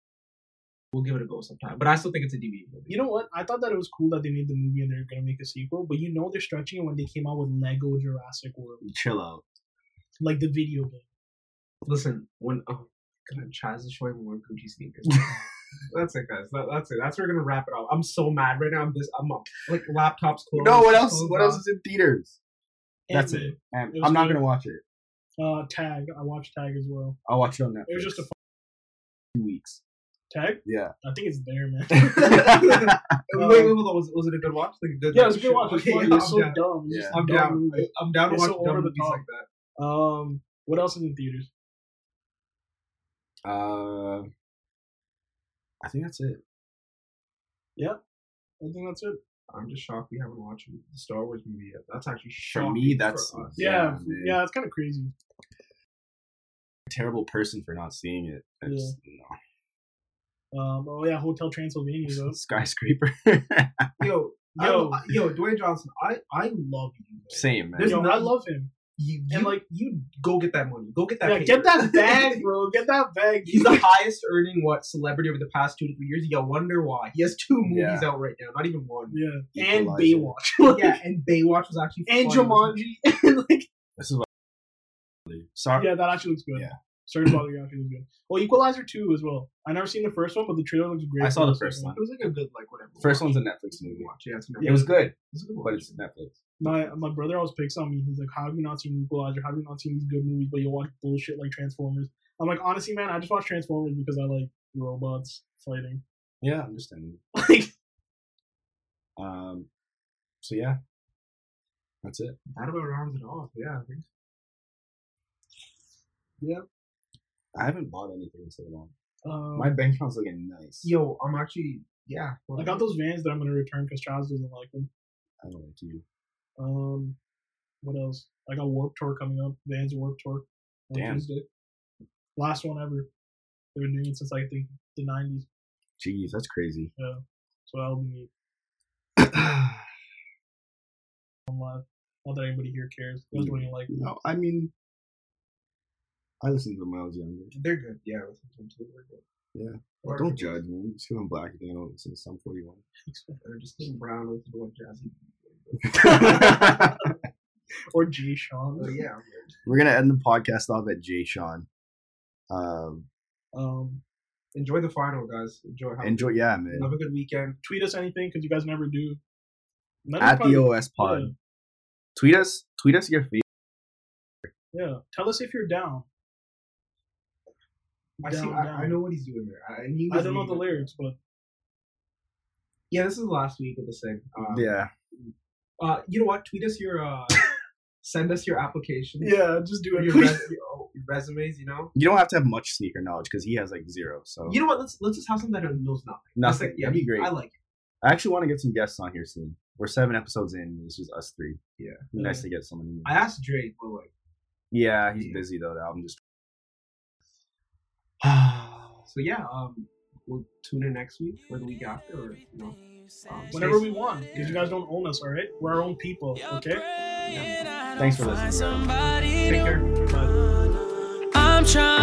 S2: We'll give it a go sometime, but I still think it's a DVD movie.
S4: You know what? I thought that it was cool that they made the movie and they're gonna make a sequel, but you know they're stretching it when they came out with Lego Jurassic World,
S3: Chill out.
S4: like the video game.
S2: listen when oh God, Chaz is showing more Gucci sneakers. that's it, guys. That, that's it. That's where we're gonna wrap it up. I'm so mad right now. I'm just I'm uh, like laptops closed.
S3: No, what else?
S2: phones
S3: What
S2: off.
S3: else is in theaters? That's
S4: Ant-Man.
S3: And
S4: It was
S3: I'm not
S4: good.
S3: gonna watch it.
S4: Uh, Tag. I watched Tag as well.
S3: I'll watch it on Netflix.
S4: It was just a
S3: two weeks.
S4: Tag.
S3: Yeah.
S4: I think it's there, man.
S2: Wait, wait, hold on. Was, was it a good watch? Like a good?
S4: yeah, it was a good watch. It was
S2: Okay,
S4: funny.
S2: Um, yeah,
S4: It's so
S2: I'm down.
S4: dumb. It's just
S3: Yeah.
S4: a
S2: I'm
S4: dumb
S2: down.
S4: movie.
S2: I'm down to
S4: It's
S2: watch
S4: so
S2: dumb
S4: over the
S2: movies
S4: top.
S2: like that.
S4: Um, what else is in theaters?
S3: Uh, I think that's it.
S4: I think that's it.
S2: I'm just shocked we haven't watched the Star Wars movie yet. That's actually
S3: For
S2: shocking
S3: me, that's
S2: for us.
S4: Yeah,
S3: yeah,
S4: f-
S3: man.
S4: yeah, it's kind of crazy.
S3: a terrible person for not seeing it. It's,
S4: Um, oh yeah, Hotel Transylvania
S3: no.
S4: though.
S3: Skyscraper.
S2: Yo,
S4: Yo.
S2: yo, yo, Dwayne Johnson. I I love you. man.
S3: Same, man.
S2: There's
S4: Yo, I
S2: nothing-
S4: love him.
S2: You, you,
S4: And like,
S2: you go get that money. Go get that.
S4: yeah,
S2: paper.
S4: get that bag, bro. Get that bag.
S2: He's the highest earning what celebrity over the past two to three years. You wonder why. He has two movies out right now, not even one.
S4: yeah, and
S3: Equalizer.
S4: Baywatch,
S2: yeah, and Baywatch was actually
S4: and
S2: funny.
S4: Jumanji, and like,
S3: This is what. Sorry.
S4: yeah, that actually looks good.
S3: Yeah.
S4: Search Body actually looks good. Well, Equalizer two as well. I never seen the first one, but the trailer looks great.
S3: I saw the
S4: Second
S3: first one.
S2: It was like a good like whatever.
S3: First
S2: watch.
S3: one's a Netflix movie.
S2: watch. Yeah, it's a
S3: It was good,
S2: It's a good
S3: but
S2: one.
S3: it's Netflix.
S4: My my brother always picks on me. He's like, "How have you not seen Equalizer? How have you not seen these good movies? But you watch bullshit like Transformers." I'm like, honestly, man, I just watch Transformers because I like robots fighting.
S3: Yeah, understandable.
S4: Like,
S3: Um, so yeah, that's it.
S2: That about rounds it off. Yeah, I think.
S3: I haven't bought anything in so long.
S4: um,
S3: My bank account's looking nice.
S2: Yo, I'm actually yeah. well,
S4: I got those vans that I'm gonna return because Charles doesn't like them.
S3: I don't like you.
S4: Um, what else? I got Warp Tour coming up. Vans Warp Tour on
S3: Damn.
S4: Tuesday. Last one ever. They've been doing it since I think the '90s,
S3: Jeez, that's crazy.
S4: so that'll be neat.
S3: no,
S4: I'm live. Not that anybody here cares. Those don't even
S3: Mm.
S4: like. them.
S3: I mean, I listened to them when I was younger.
S2: they're good. Yeah, I listened to them too. They're good.
S3: Yeah.
S2: Or-
S3: Don't judge me. Just because I'm black, you think I don't listen to some 41.
S2: Or just think Brown with the jazzy.
S4: Or G. Sean.
S2: But Oh, yeah, I'm good.
S3: We're gonna end the podcast off at Jay Sean. Um,
S4: Um,
S2: enjoy the final, guys. Enjoy. Have a-
S3: enjoy, yeah, man.
S2: Have a good weekend.
S4: tweet us anything because you guys never do. None of
S3: At
S4: probably-
S3: the OS Pod,
S4: Yeah.
S3: tweet us, tweet us your feed.
S4: Yeah. Tell us if you're down.
S2: I
S4: Down,
S2: see. I, I
S4: down.
S2: know what he's doing there. I, and he
S4: I
S2: was
S4: don't know the
S2: leading.
S4: lyrics, but
S2: Yeah, this is last week of the thing. Um,
S3: Yeah,
S2: Uh, you know what? Tweet us your. Uh, send us your applications.
S4: yeah, just do
S2: Your,
S4: it.
S2: res-
S4: please.
S2: your, oh, your resumes. You know.
S3: you don't have to have much sneaker knowledge because he has like zero. So
S2: You know what? Let's let's just have something that knows nothing. That's
S3: Oh. nothing.
S2: like- yeah,
S3: That'd be great.
S2: I like.
S3: I actually want to get some guests on here soon. We're seven episodes in. and It's just us three.
S2: Yeah.
S3: It'd be nice to get someone. In.
S2: It. Mm. I asked Drake, but like,
S3: yeah, he's
S2: Yeah.
S3: busy though. The album just.
S2: so yeah. Um, we'll tune in next week or the week after, or you know. um,
S4: Whenever we want, because you guys don't own us, all right? We're our own people, okay?
S1: Praying I
S3: Thanks
S1: don't
S3: for listening,
S1: find
S3: guys.
S1: somebody
S2: Take
S1: new.
S2: care.
S1: I'm trying.